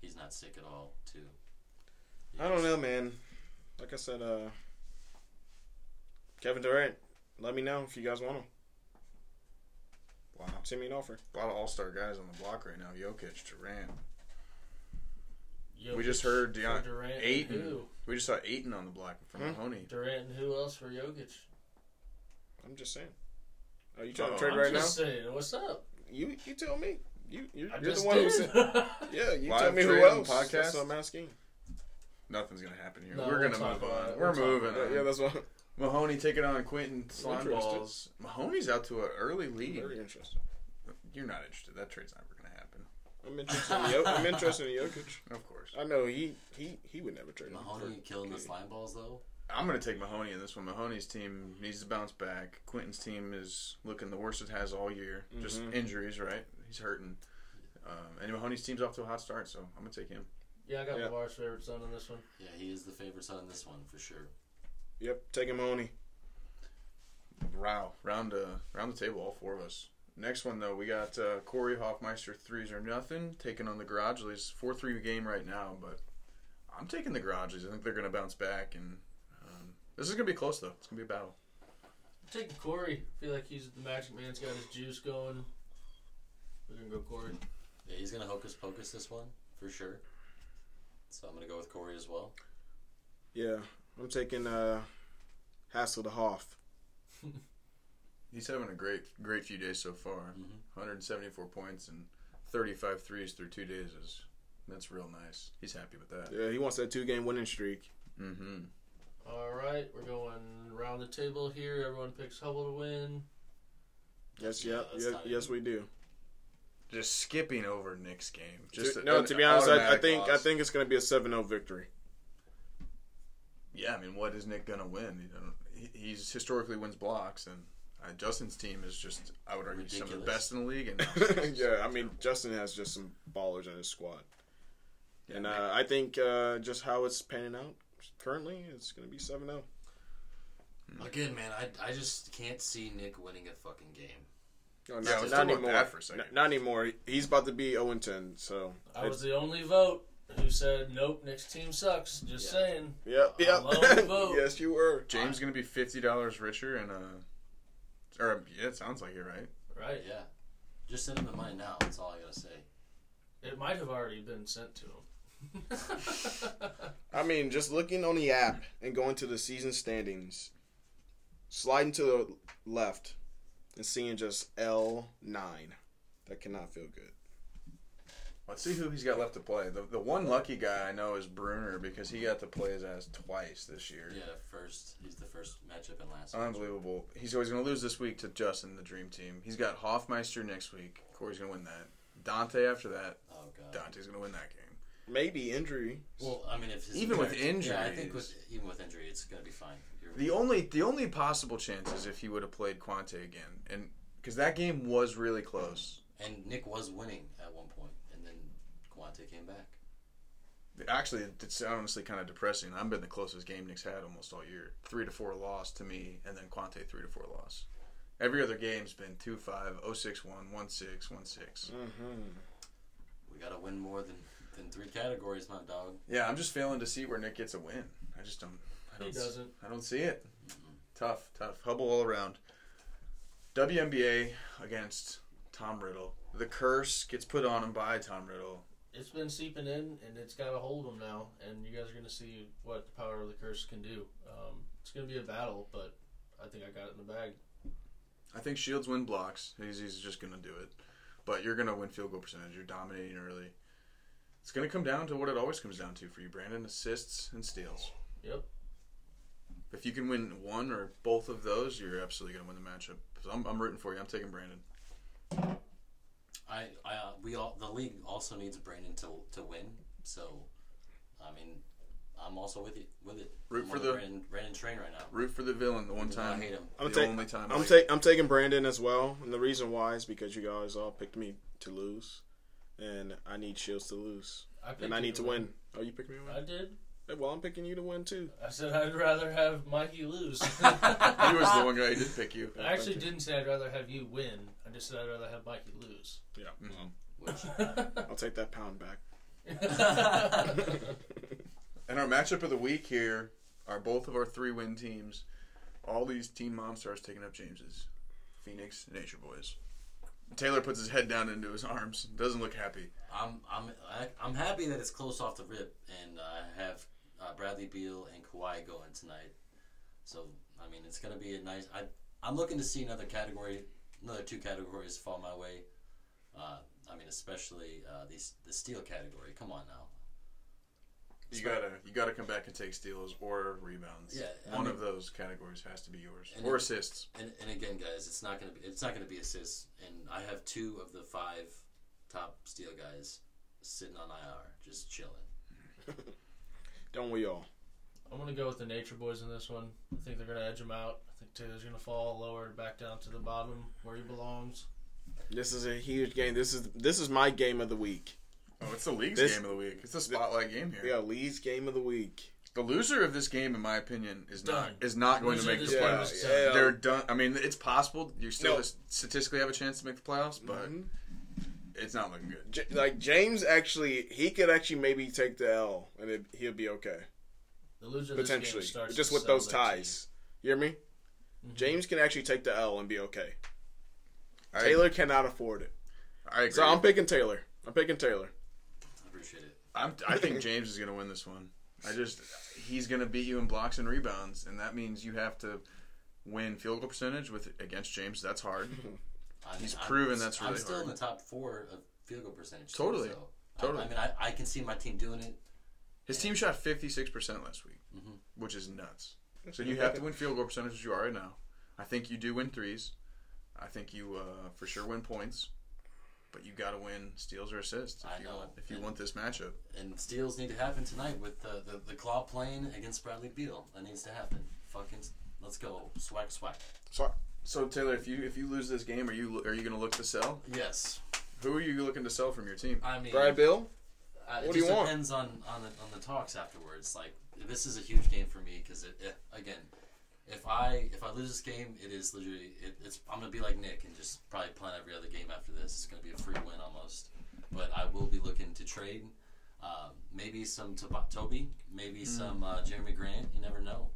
[SPEAKER 7] he's not sick at all too.
[SPEAKER 6] I don't know, man. Like I said, uh, Kevin Durant. Let me know if you guys want him.
[SPEAKER 4] Wow.
[SPEAKER 6] Send me an offer.
[SPEAKER 4] A lot of all star guys on the block right now. Jokic, Durant.
[SPEAKER 5] Jokic
[SPEAKER 4] we just heard
[SPEAKER 5] for
[SPEAKER 4] Deion
[SPEAKER 5] Durant and
[SPEAKER 4] Aiton.
[SPEAKER 5] who?
[SPEAKER 4] We just saw Aiton on the block from
[SPEAKER 6] Hmm?
[SPEAKER 4] Mahoney.
[SPEAKER 5] Durant and who else for Jokic?
[SPEAKER 6] I'm just saying. Are you trying
[SPEAKER 4] Oh,
[SPEAKER 6] to trade
[SPEAKER 4] I'm
[SPEAKER 6] right
[SPEAKER 5] just saying, what's up?
[SPEAKER 6] now? You you tell me. You you're,
[SPEAKER 5] I
[SPEAKER 6] you're
[SPEAKER 5] just
[SPEAKER 6] the one who
[SPEAKER 5] did.
[SPEAKER 6] said. Yeah, you
[SPEAKER 4] Live
[SPEAKER 6] tell me who
[SPEAKER 4] trade on
[SPEAKER 6] else.
[SPEAKER 4] podcast?
[SPEAKER 6] That's what I'm asking.
[SPEAKER 4] Nothing's gonna happen here.
[SPEAKER 5] No,
[SPEAKER 4] We're
[SPEAKER 5] we'll
[SPEAKER 4] gonna
[SPEAKER 5] talk
[SPEAKER 4] move
[SPEAKER 5] about
[SPEAKER 4] on.
[SPEAKER 5] it.
[SPEAKER 4] We're
[SPEAKER 5] We'll talk
[SPEAKER 4] moving
[SPEAKER 6] Yeah,
[SPEAKER 4] on.
[SPEAKER 6] yeah, that's what.
[SPEAKER 4] Mahoney taking on Quentin slime
[SPEAKER 6] interested.
[SPEAKER 4] balls. Mahoney's out to an early lead.
[SPEAKER 6] Very interesting.
[SPEAKER 4] You're not interested. That trade's never gonna happen.
[SPEAKER 6] I'm interested. In Yo- I'm interested in Jokic.
[SPEAKER 4] Of course.
[SPEAKER 6] I know he he he would never trade him.
[SPEAKER 7] Mahoney killing the slime balls though.
[SPEAKER 4] I'm gonna take Mahoney in this one. Mahoney's team needs to bounce back. Quentin's team is looking the worst it has all year. Just injuries, right? He's hurting. Um, and Mahoney's team's off to a hot start, so I'm gonna take him.
[SPEAKER 5] Yeah, I got
[SPEAKER 6] Yeah.
[SPEAKER 5] LeVar's favorite son on this one.
[SPEAKER 7] Yeah, he is the favorite son in this one for sure.
[SPEAKER 6] Yep, take him, Oni.
[SPEAKER 4] Wow. Round uh, round the table, all four of us. Next one though, we got uh, Corey Hoffmeister threes or nothing taking on the Garagelis four three game right now, but I'm taking the Garagelis. I think they're gonna bounce back, and um, this is gonna be close though. It's gonna be a battle.
[SPEAKER 5] Take Corey. I feel like he's the magic man. He's got his juice going. We're gonna go Corey.
[SPEAKER 7] Yeah, he's gonna hocus pocus this one for sure. So I'm gonna go with Corey as well.
[SPEAKER 6] Yeah, I'm taking uh, Hassel to Hoff.
[SPEAKER 4] He's having a great great few days so far. 174 points and 35 threes through two days is that's real nice. He's happy with that.
[SPEAKER 6] Yeah, he wants that two game winning streak.
[SPEAKER 4] Mm-hmm.
[SPEAKER 5] All right, we're going round the table here. Everyone picks Hubble to win.
[SPEAKER 6] Yes,
[SPEAKER 7] Yeah,
[SPEAKER 6] yep,
[SPEAKER 7] that's
[SPEAKER 6] yes,
[SPEAKER 7] not
[SPEAKER 6] yes,
[SPEAKER 7] even-
[SPEAKER 6] we do.
[SPEAKER 4] Just skipping over Nick's game.
[SPEAKER 6] Just
[SPEAKER 4] Just
[SPEAKER 6] no,
[SPEAKER 4] an
[SPEAKER 6] to be honest, I, I
[SPEAKER 4] automatic
[SPEAKER 6] think I
[SPEAKER 4] loss.
[SPEAKER 6] think it's gonna be a 7-0 victory.
[SPEAKER 4] Yeah, I mean, what is Nick gonna win? You know, he- he's historically wins blocks, and uh, Justin's team is just, I would argue, some of the
[SPEAKER 7] Ridiculous.
[SPEAKER 4] best in the league. And
[SPEAKER 6] yeah, I mean Justin has just some ballers in his squad,
[SPEAKER 4] Yeah,
[SPEAKER 6] and uh, I think uh, just how it's panning out currently, it's gonna be 7-0.
[SPEAKER 7] Again, man, I, I just can't see Nick winning a fucking game.
[SPEAKER 6] No,
[SPEAKER 4] Yeah, I was talking about that for a second.
[SPEAKER 6] N- not anymore. He's about to be 0 10. So
[SPEAKER 5] I was the only vote who said nope. Next team sucks. Just
[SPEAKER 7] Yeah.
[SPEAKER 5] saying.
[SPEAKER 6] yep, yep.
[SPEAKER 5] Alone vote.
[SPEAKER 6] yes, you were.
[SPEAKER 4] James gonna be fifty dollars richer, and uh, or yeah, it sounds like it, right?
[SPEAKER 5] Right.
[SPEAKER 7] Yeah, just send him the money now. That's all I gotta say.
[SPEAKER 5] It might have already been sent to him.
[SPEAKER 6] I mean, just looking on the app and going to the season standings, sliding to the left, and seeing just L nine. That cannot feel good.
[SPEAKER 4] Let's see who he's got left to play. The, the one lucky guy I know is Bruner because he got to play his ass twice this year.
[SPEAKER 7] Yeah, first he's the first matchup and last.
[SPEAKER 4] Unbelievable. He's always going to lose this week to Justin, the Dream Team. He's got Hoffmeister next week. Corey's going to win that. Dante after that.
[SPEAKER 7] Oh god.
[SPEAKER 4] Dante's going to win that game.
[SPEAKER 6] Maybe injury.
[SPEAKER 7] Well, I mean, if his
[SPEAKER 4] Even with
[SPEAKER 7] yeah, I think
[SPEAKER 4] injuries.
[SPEAKER 7] with even with injury, it's gonna be fine. You're,
[SPEAKER 4] The only the only possible chance is if he would have played Quante again, and because that game was really close.
[SPEAKER 7] and Nick was winning at one point, and then Quante came back.
[SPEAKER 4] Actually, it's honestly kind of depressing. I've been the closest game Nick's had almost all year. Three to four loss to me, and then Quante three to four loss. Every other game's been oh 2-5, 0-6-1, 1-6, 1-6.
[SPEAKER 7] We gotta win more than than three categories, my dog.
[SPEAKER 4] Yeah, I'm just failing to see where Nick gets a win. I just don't. I
[SPEAKER 5] he
[SPEAKER 4] don't
[SPEAKER 5] doesn't.
[SPEAKER 4] I don't see it. Tough, tough. Hubble all around. WNBA against Tom Riddle. The curse gets put on him by Tom Riddle.
[SPEAKER 5] It's been seeping in, and it's got a hold of him now. And you guys are gonna see what the power of the curse can do. Um, it's gonna be a battle, but I think I got it in the bag.
[SPEAKER 4] I think Shields win blocks. He's, he's just going to do it. But you're going to win field goal percentage. You're dominating early. It's going to come down to what it always comes down to for you, Brandon assists and steals.
[SPEAKER 5] Yep.
[SPEAKER 4] If you can win one or both of those, you're absolutely going to win the matchup. So I'm, I'm rooting for you. I'm taking Brandon.
[SPEAKER 7] I, I, uh, we all the league also needs Brandon to to win. So, I mean, I'm also with you with it.
[SPEAKER 4] Root
[SPEAKER 7] I'm
[SPEAKER 4] for
[SPEAKER 7] on
[SPEAKER 4] the-
[SPEAKER 7] Brandon, Brandon train right now.
[SPEAKER 4] Root for the villain the one
[SPEAKER 7] I
[SPEAKER 4] time.
[SPEAKER 7] hate him.
[SPEAKER 6] I'm
[SPEAKER 4] The
[SPEAKER 6] ta-
[SPEAKER 4] only time
[SPEAKER 6] I'm,
[SPEAKER 4] I-
[SPEAKER 6] ta- I'm taking Brandon as well, and the reason why is because you guys all picked me to lose, and I need Shields to lose,
[SPEAKER 5] I picked
[SPEAKER 6] and I
[SPEAKER 5] you
[SPEAKER 6] need
[SPEAKER 5] to
[SPEAKER 6] to win. Oh, you picking me to win?
[SPEAKER 5] I did.
[SPEAKER 6] Hey, well, I'm picking you to win too.
[SPEAKER 5] I said I'd rather have Mikey lose.
[SPEAKER 4] He was the one guy who did pick you.
[SPEAKER 5] I actually didn't say I'd rather have you win. I just said I'd rather have Mikey lose.
[SPEAKER 6] Yeah,
[SPEAKER 4] Mm-hmm.
[SPEAKER 7] Which,
[SPEAKER 6] I'll take that pound back.
[SPEAKER 4] And our matchup of the week here are both of our three win teams. All these team mom stars taking up James's Phoenix Nature Boys. Taylor puts his head down into his arms. Doesn't look happy.
[SPEAKER 7] I'm I'm I, I'm happy that it's close off the rip, and uh, I have uh, Bradley Beal and Kawhi going tonight. So I mean, it's gonna be a nice. I I'm looking to see another category, another two categories fall my way. Uh, I mean, especially uh, the the steel category. Come on now.
[SPEAKER 4] You gotta, you gotta come back and take steals or rebounds.
[SPEAKER 7] Yeah, I
[SPEAKER 4] one
[SPEAKER 7] mean-
[SPEAKER 4] of those categories has to be yours
[SPEAKER 7] And
[SPEAKER 4] or
[SPEAKER 7] it-
[SPEAKER 4] assists.
[SPEAKER 7] And, and again, guys, it's not gonna be it's not gonna be assists. And I have two of the five top steel guys sitting on IR, just chilling.
[SPEAKER 6] Don't we all?
[SPEAKER 5] I'm gonna go with the Nature Boys in this one. I think they're gonna edge him out. I think Taylor's gonna fall lower back down to the bottom where he belongs.
[SPEAKER 6] This is a huge game. This is this is my game of the week.
[SPEAKER 4] Oh, it's the league's
[SPEAKER 6] This-
[SPEAKER 4] game of the week. It's the spotlight game here.
[SPEAKER 6] Yeah, Lee's game of the week.
[SPEAKER 4] The loser of this game, in my opinion, is not
[SPEAKER 5] Done.
[SPEAKER 4] is not going to
[SPEAKER 5] Loser
[SPEAKER 4] make
[SPEAKER 5] of
[SPEAKER 4] the
[SPEAKER 5] this game
[SPEAKER 4] playoffs.
[SPEAKER 5] is
[SPEAKER 6] Yeah, yeah.
[SPEAKER 4] They're done. I mean, it's possible you still
[SPEAKER 6] No.
[SPEAKER 4] statistically have a chance to make the playoffs, but
[SPEAKER 6] Mhm.
[SPEAKER 4] it's not looking good.
[SPEAKER 6] J- like James actually, he could actually maybe take the L and it, he'll be okay
[SPEAKER 5] The loser of this game
[SPEAKER 6] potentially.
[SPEAKER 5] starts
[SPEAKER 6] Just
[SPEAKER 5] to Mm-hmm.
[SPEAKER 6] with
[SPEAKER 5] sell
[SPEAKER 6] those
[SPEAKER 5] their
[SPEAKER 6] ties, you hear me? James can actually take the L and be okay.
[SPEAKER 4] I,
[SPEAKER 6] Taylor cannot afford it,
[SPEAKER 4] I agree.
[SPEAKER 6] so I'm picking Taylor. I'm picking Taylor.
[SPEAKER 7] I appreciate it.
[SPEAKER 4] I'm, I think James is going to win this one. I just he's going to beat you in blocks and rebounds, and that means you have to win field goal percentage with against James. That's hard.
[SPEAKER 7] I'm,
[SPEAKER 4] He's
[SPEAKER 7] I'm-
[SPEAKER 4] proven that's
[SPEAKER 7] I'm
[SPEAKER 4] really
[SPEAKER 7] still in the
[SPEAKER 4] hard.
[SPEAKER 7] top four of field goal percentage. too,
[SPEAKER 4] Totally.
[SPEAKER 7] so I-
[SPEAKER 4] Totally.
[SPEAKER 7] I, mean, I, I can see my team doing it.
[SPEAKER 4] His team shot 56 percent last week,
[SPEAKER 7] Mm-hmm.
[SPEAKER 4] which is nuts. So you have to win field goal percentage, which you are right now. I think you do win threes. I think you uh, for sure win points, but you got to win steals or assists if
[SPEAKER 7] I
[SPEAKER 4] you
[SPEAKER 7] know.
[SPEAKER 4] want if you want this matchup.
[SPEAKER 7] And steals need to happen tonight with the, the, the claw playing against Bradley Beal. That needs to happen. Fucking, s- let's go. Swag, swag.
[SPEAKER 6] So
[SPEAKER 4] So Taylor, if you if you lose this game, are you are you going to look to sell?
[SPEAKER 7] Yes.
[SPEAKER 4] Who are you looking to sell from your team?
[SPEAKER 7] I mean,
[SPEAKER 6] Brad Bill,
[SPEAKER 7] Uh, it
[SPEAKER 6] What do
[SPEAKER 7] just
[SPEAKER 6] you want?
[SPEAKER 7] depends on on the, on the talks afterwards. Like this is a huge game for me because it, it again, if I if I lose this game, it is literally it, it's I'm gonna be like Nick and just probably plan every other game after this. It's gonna be a free win almost. But I will be looking to trade, uh, maybe some Tob- Toby, maybe some uh, Jeremy Grant. You never know.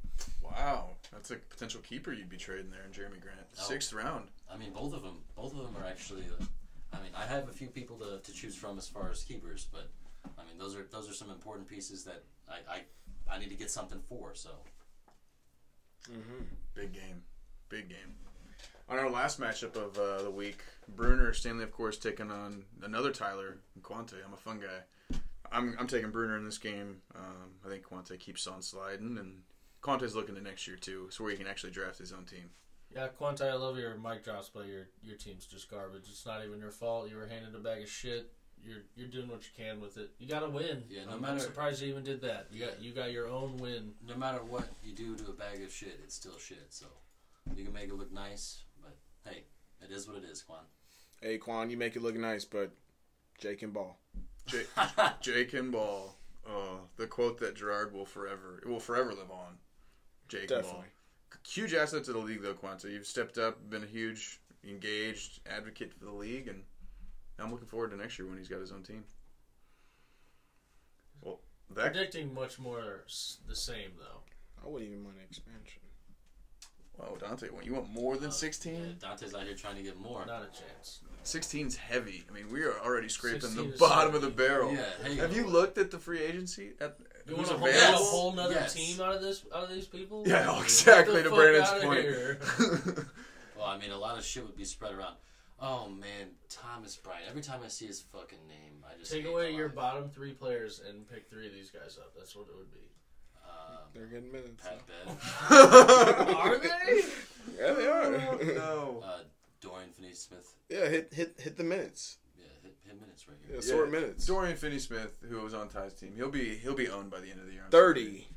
[SPEAKER 4] Wow, that's a potential keeper you'd be trading there in Jeremy Grant, sixth round.
[SPEAKER 7] I mean, both of them, both of them are actually. I mean, I have a few people to, to choose from as far as keepers, but I mean, those are those are some important pieces that I I, I need to get something for. So
[SPEAKER 4] Big game. Big game. On our last matchup of uh, the week, Bruner Stanley, of course, taking on another Tyler Quante. I'm a fun guy. I'm, I'm taking Bruner in this game. Um, I think Quante keeps on sliding, and Quante's looking to next year too, so where he can actually draft his own team.
[SPEAKER 5] Yeah, Quanti, I love your mic drops, but your your team's just garbage. It's not even your fault. You were handed a bag of shit. You're you're doing what you can with it. You got to win.
[SPEAKER 7] Yeah, no
[SPEAKER 5] I'm,
[SPEAKER 7] matter-
[SPEAKER 5] I'm surprised you even did that. You got you got your own win.
[SPEAKER 7] no matter what you do to a bag of shit, it's still shit. So you can make it look nice, but hey, it is what it is, Quan.
[SPEAKER 6] hey Quan, you make it look nice, but Jake and Ball.
[SPEAKER 4] Jake, Jake and Ball. Uh, the quote that Gerard will forever it will forever live on. Jake and Ball.
[SPEAKER 6] Definitely.
[SPEAKER 4] Huge asset to the league though, Quante. You've stepped up, been a huge, engaged advocate for the league, and I'm looking forward to next year when he's got his own team. Well, that
[SPEAKER 5] Predicting much more s- the same though.
[SPEAKER 6] I wouldn't even mind an expansion.
[SPEAKER 4] oh Dante, what, you want more
[SPEAKER 5] Oh,
[SPEAKER 4] than 16?
[SPEAKER 7] Dante's out here trying to get more.
[SPEAKER 5] Not a chance.
[SPEAKER 4] 16's heavy. I mean, we are already scraping
[SPEAKER 5] 16
[SPEAKER 4] the
[SPEAKER 5] is
[SPEAKER 4] bottom
[SPEAKER 5] heavy.
[SPEAKER 4] of the barrel.
[SPEAKER 7] Yeah, hey,
[SPEAKER 4] Have you looked at the free agency? At
[SPEAKER 5] You
[SPEAKER 4] who's
[SPEAKER 5] want a whole,
[SPEAKER 4] available?
[SPEAKER 5] a whole nother
[SPEAKER 7] Yes.
[SPEAKER 5] team out of this out of these people?
[SPEAKER 4] Yeah,
[SPEAKER 5] Get the
[SPEAKER 4] exactly to
[SPEAKER 5] fuck
[SPEAKER 4] Brandon's
[SPEAKER 5] outta
[SPEAKER 4] point.
[SPEAKER 5] here.
[SPEAKER 7] Well, I mean, a lot of shit would be spread around. Oh man, Thomas Bryant. Every time I see his fucking name, I just
[SPEAKER 5] Take
[SPEAKER 7] hate
[SPEAKER 5] away
[SPEAKER 7] my
[SPEAKER 5] your
[SPEAKER 7] life.
[SPEAKER 5] bottom three players and pick three of these guys up. That's what it would be.
[SPEAKER 6] They're getting minutes.
[SPEAKER 7] Pat Bev.
[SPEAKER 5] Are they?
[SPEAKER 6] Yeah, they are.
[SPEAKER 4] no.
[SPEAKER 7] Uh, Dorian Finney-Smith.
[SPEAKER 6] yeah, hit hit hit the minutes.
[SPEAKER 7] Yeah, hit, hit minutes right
[SPEAKER 6] Yeah,
[SPEAKER 7] here.
[SPEAKER 6] Sort minutes.
[SPEAKER 4] Dorian Finney-Smith, who was on Ty's team, he'll be he'll be owned by the end of the year. I'm
[SPEAKER 6] Thirty.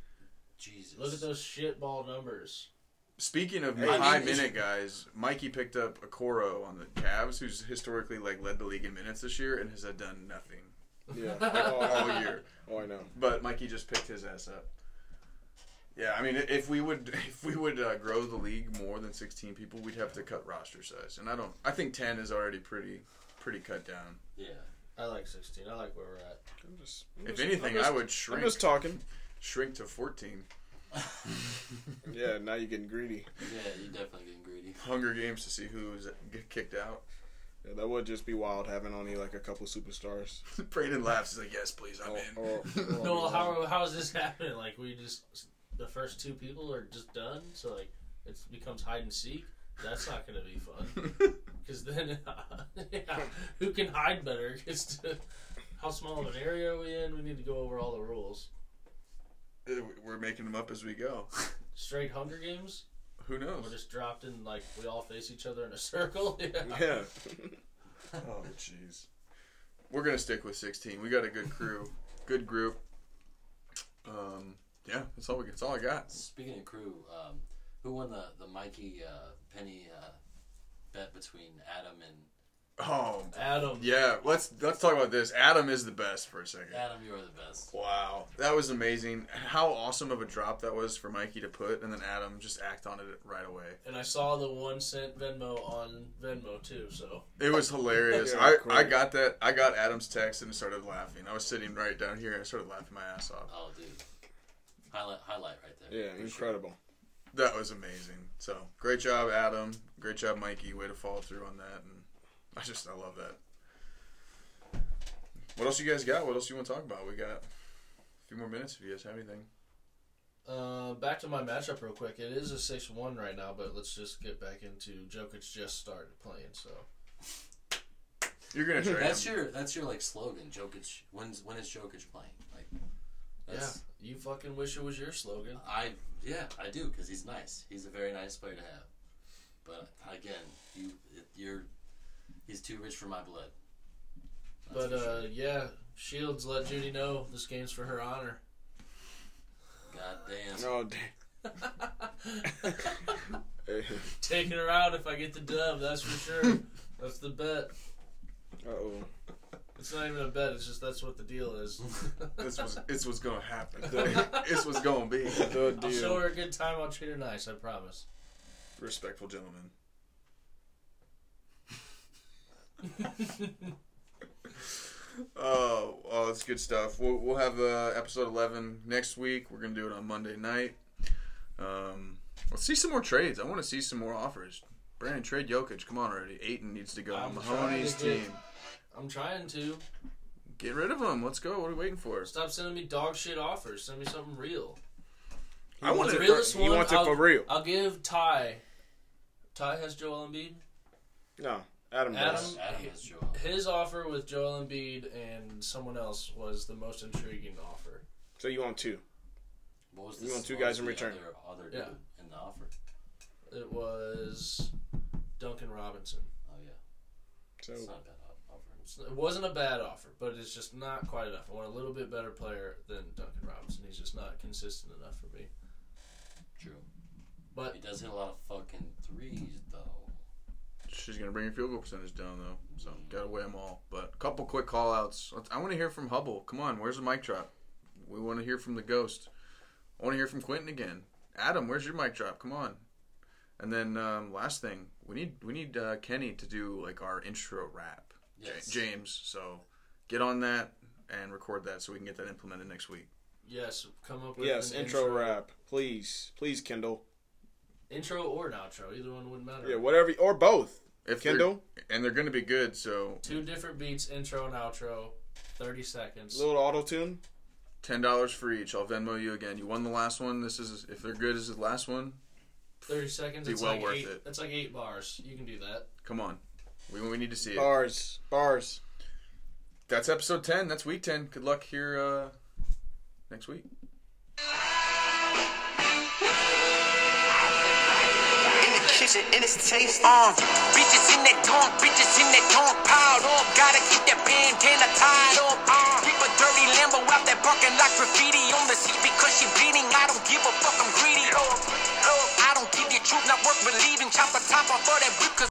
[SPEAKER 7] Jesus.
[SPEAKER 5] Look at those shitball numbers.
[SPEAKER 4] Speaking of
[SPEAKER 6] Hey,
[SPEAKER 4] high
[SPEAKER 7] I mean,
[SPEAKER 4] minute guys, Mikey picked up Okoro on the Cavs, who's historically like led the league in minutes this year and has done nothing
[SPEAKER 6] Yeah. oh,
[SPEAKER 4] all year.
[SPEAKER 6] oh, I know.
[SPEAKER 4] But Mikey just picked his ass up. Yeah, I mean, if we would if we would uh, grow the league more than sixteen people, we'd have to cut roster size, and I don't. I think ten is already pretty pretty cut down.
[SPEAKER 7] Yeah.
[SPEAKER 5] I like 16. I like where we're at.
[SPEAKER 6] I'm just, I'm
[SPEAKER 4] If
[SPEAKER 6] just-
[SPEAKER 4] anything,
[SPEAKER 6] I'm just-
[SPEAKER 4] I would
[SPEAKER 6] I'm
[SPEAKER 4] shrink
[SPEAKER 6] just talking.
[SPEAKER 4] shrink to fourteen.
[SPEAKER 6] Yeah, now you're getting greedy.
[SPEAKER 7] Yeah, you're definitely getting greedy.
[SPEAKER 4] Hunger Games to see who was get kicked out.
[SPEAKER 6] Yeah, that would just be wild having only like a couple superstars. Oh,
[SPEAKER 4] Braden laughs. He's like, "Yes, please, I'm
[SPEAKER 6] Or,
[SPEAKER 4] in."
[SPEAKER 6] or, or-
[SPEAKER 5] No, how how is this happening? Like we just the first two people are just done, so like it becomes hide and seek. That's not going to be fun
[SPEAKER 4] oh.
[SPEAKER 5] because then yeah, who can hide better? It's to, how small of an area are we in? We need to go over all the rules.
[SPEAKER 4] Uh, We're making them up as we go.
[SPEAKER 5] Straight Hunger Games.
[SPEAKER 4] Who
[SPEAKER 5] We're
[SPEAKER 4] knows?
[SPEAKER 5] just dropped in like we all face each other in a circle. Yeah.
[SPEAKER 6] Yeah.
[SPEAKER 4] Oh, jeez. We're gonna stick with 16. We got a good crew, good group. Um, yeah, that's all we. That's all I got.
[SPEAKER 7] Speaking of crew, um, who won the the Mikey uh, Penny uh, bet between Adam and
[SPEAKER 4] Oh
[SPEAKER 5] Adam.
[SPEAKER 4] yeah, let's let's talk about this. Adam is the best for a second.
[SPEAKER 7] Adam, you are the best.
[SPEAKER 4] Wow, that was amazing. How awesome of a drop that was for Mikey to put, and then Adam just act on it right away.
[SPEAKER 5] And I saw the one cent Venmo on Venmo too. So
[SPEAKER 4] It was hilarious.
[SPEAKER 6] Yeah,
[SPEAKER 4] I,
[SPEAKER 6] great.
[SPEAKER 4] I got that. I got Adam's text and started laughing. I was sitting right down here. I started laughing my ass off.
[SPEAKER 7] Oh, dude. Highlight, highlight right there.
[SPEAKER 6] Yeah,
[SPEAKER 7] For sure.
[SPEAKER 6] incredible.
[SPEAKER 4] That was amazing. So great job, Adam. Great job, Mikey. Way to follow through on that. And I just I love that. What else you guys got? What else you want to talk about? We got a few more minutes if you guys have anything.
[SPEAKER 5] uh, back to my matchup real quick. It is a six one right now, but let's just get back into Jokic just started playing. So
[SPEAKER 4] You're gonna trade
[SPEAKER 7] That's
[SPEAKER 4] him.
[SPEAKER 7] your that's your like slogan. Jokic. When's when is Jokic playing? Like, that's,
[SPEAKER 5] yeah, you fucking wish it was your slogan.
[SPEAKER 7] I yeah I do because he's nice. He's a very nice player to have. But again, you it- you're he's too rich for my blood. That's
[SPEAKER 5] But
[SPEAKER 7] for
[SPEAKER 5] uh,
[SPEAKER 7] sure.
[SPEAKER 5] yeah, Shields let Judy know this game's for her honor.
[SPEAKER 7] God damn.
[SPEAKER 6] No, Oh, damn. Hey,
[SPEAKER 5] Taking her out if I get the dub, that's for sure. that's the bet.
[SPEAKER 6] Uh-oh.
[SPEAKER 5] It's not even a bet. It's just that's what the deal is.
[SPEAKER 4] This was it's what's gonna happen. it's what's gonna be.
[SPEAKER 6] The
[SPEAKER 5] I'll show
[SPEAKER 6] deal.
[SPEAKER 5] her a good time. I'll treat her nice. I promise.
[SPEAKER 4] Respectful gentleman. Oh, oh, that's good stuff. We'll, we'll have uh, episode 11 next week. We're going to do it on Monday night. Um, let's see some more trades. I want to see some more offers. Brandon, trade Jokic. Come on already. Aiton needs to go.
[SPEAKER 5] I'm
[SPEAKER 4] Mahoney's
[SPEAKER 5] trying to
[SPEAKER 4] team.
[SPEAKER 5] get- I'm trying to
[SPEAKER 4] Get rid of him. Let's go. What are we waiting for?
[SPEAKER 5] stop sending me dog shit offers. Send me something real.
[SPEAKER 4] I want
[SPEAKER 5] The
[SPEAKER 4] to.
[SPEAKER 5] realest
[SPEAKER 6] He
[SPEAKER 5] one.
[SPEAKER 6] wants it
[SPEAKER 5] I'll,
[SPEAKER 6] for real.
[SPEAKER 5] I'll give Ty. Ty has Joel Embiid.
[SPEAKER 6] No, Adam does.
[SPEAKER 5] Adam-
[SPEAKER 7] Adam has Joel.
[SPEAKER 5] His offer with Joel Embiid and someone else was the most intriguing offer.
[SPEAKER 6] So you want two.
[SPEAKER 7] What was
[SPEAKER 6] We
[SPEAKER 7] this-
[SPEAKER 6] want two
[SPEAKER 7] what
[SPEAKER 6] guys
[SPEAKER 7] was
[SPEAKER 6] in
[SPEAKER 7] the
[SPEAKER 6] return.
[SPEAKER 7] Other, other dude
[SPEAKER 5] Yeah.
[SPEAKER 7] in the offer.
[SPEAKER 5] It was Duncan Robinson.
[SPEAKER 7] Oh yeah,
[SPEAKER 6] So
[SPEAKER 7] it's not a bad o- offer.
[SPEAKER 5] It's- It wasn't a bad offer, but it's just not quite enough. I want a little bit better player than Duncan Robinson. He's just not consistent enough for me.
[SPEAKER 7] True.
[SPEAKER 5] But
[SPEAKER 7] He does hit a lot of fucking threes though.
[SPEAKER 4] She's going to bring her field goal percentage down, though. So, got to weigh them all. But a couple quick call outs. Let's, I want to hear from Hubble. Come on. Where's the mic drop? We want to hear from the ghost. I want to hear from Quentin again. Adam, where's your mic drop? Come on. And then um, last thing, we need we need uh, Kenny to do like our intro rap, J-
[SPEAKER 7] Yes.
[SPEAKER 4] James. So get on that and record that so we can get that implemented next week.
[SPEAKER 5] yes, come up with
[SPEAKER 6] yes,
[SPEAKER 5] an
[SPEAKER 6] intro rap, please, please, Kindle.
[SPEAKER 5] intro or an outro. Either one wouldn't matter.
[SPEAKER 6] Yeah, whatever, or both.
[SPEAKER 4] If they're-
[SPEAKER 6] Kindle,
[SPEAKER 4] and they're going to be good. So
[SPEAKER 5] Two different beats, intro and outro, thirty seconds.
[SPEAKER 6] little auto tune.
[SPEAKER 4] ten dollars for each. I'll Venmo you again. You won the last one. This is if they're good, this is the last one.
[SPEAKER 5] Thirty seconds.
[SPEAKER 4] Be
[SPEAKER 5] It's
[SPEAKER 4] well
[SPEAKER 5] like
[SPEAKER 4] worth
[SPEAKER 5] eight,
[SPEAKER 4] it.
[SPEAKER 5] That's like eight bars. You can do that.
[SPEAKER 4] Come on, we we need to see it.
[SPEAKER 6] Bars, bars.
[SPEAKER 4] That's episode ten. That's week ten. Good luck here uh, next week.
[SPEAKER 1] in the kitchen and it's taste on. Bitches in that tongue, bitches in that tongue piled on. Gotta get that bandana tied on. Uh, keep a dirty Lambo out that parking lot, graffiti on the seat because she bleeding. I don't give a fuck, I'm greedy. Oh, oh, I don't give you truth, not worth believing. Chop the top off of that whip 'cause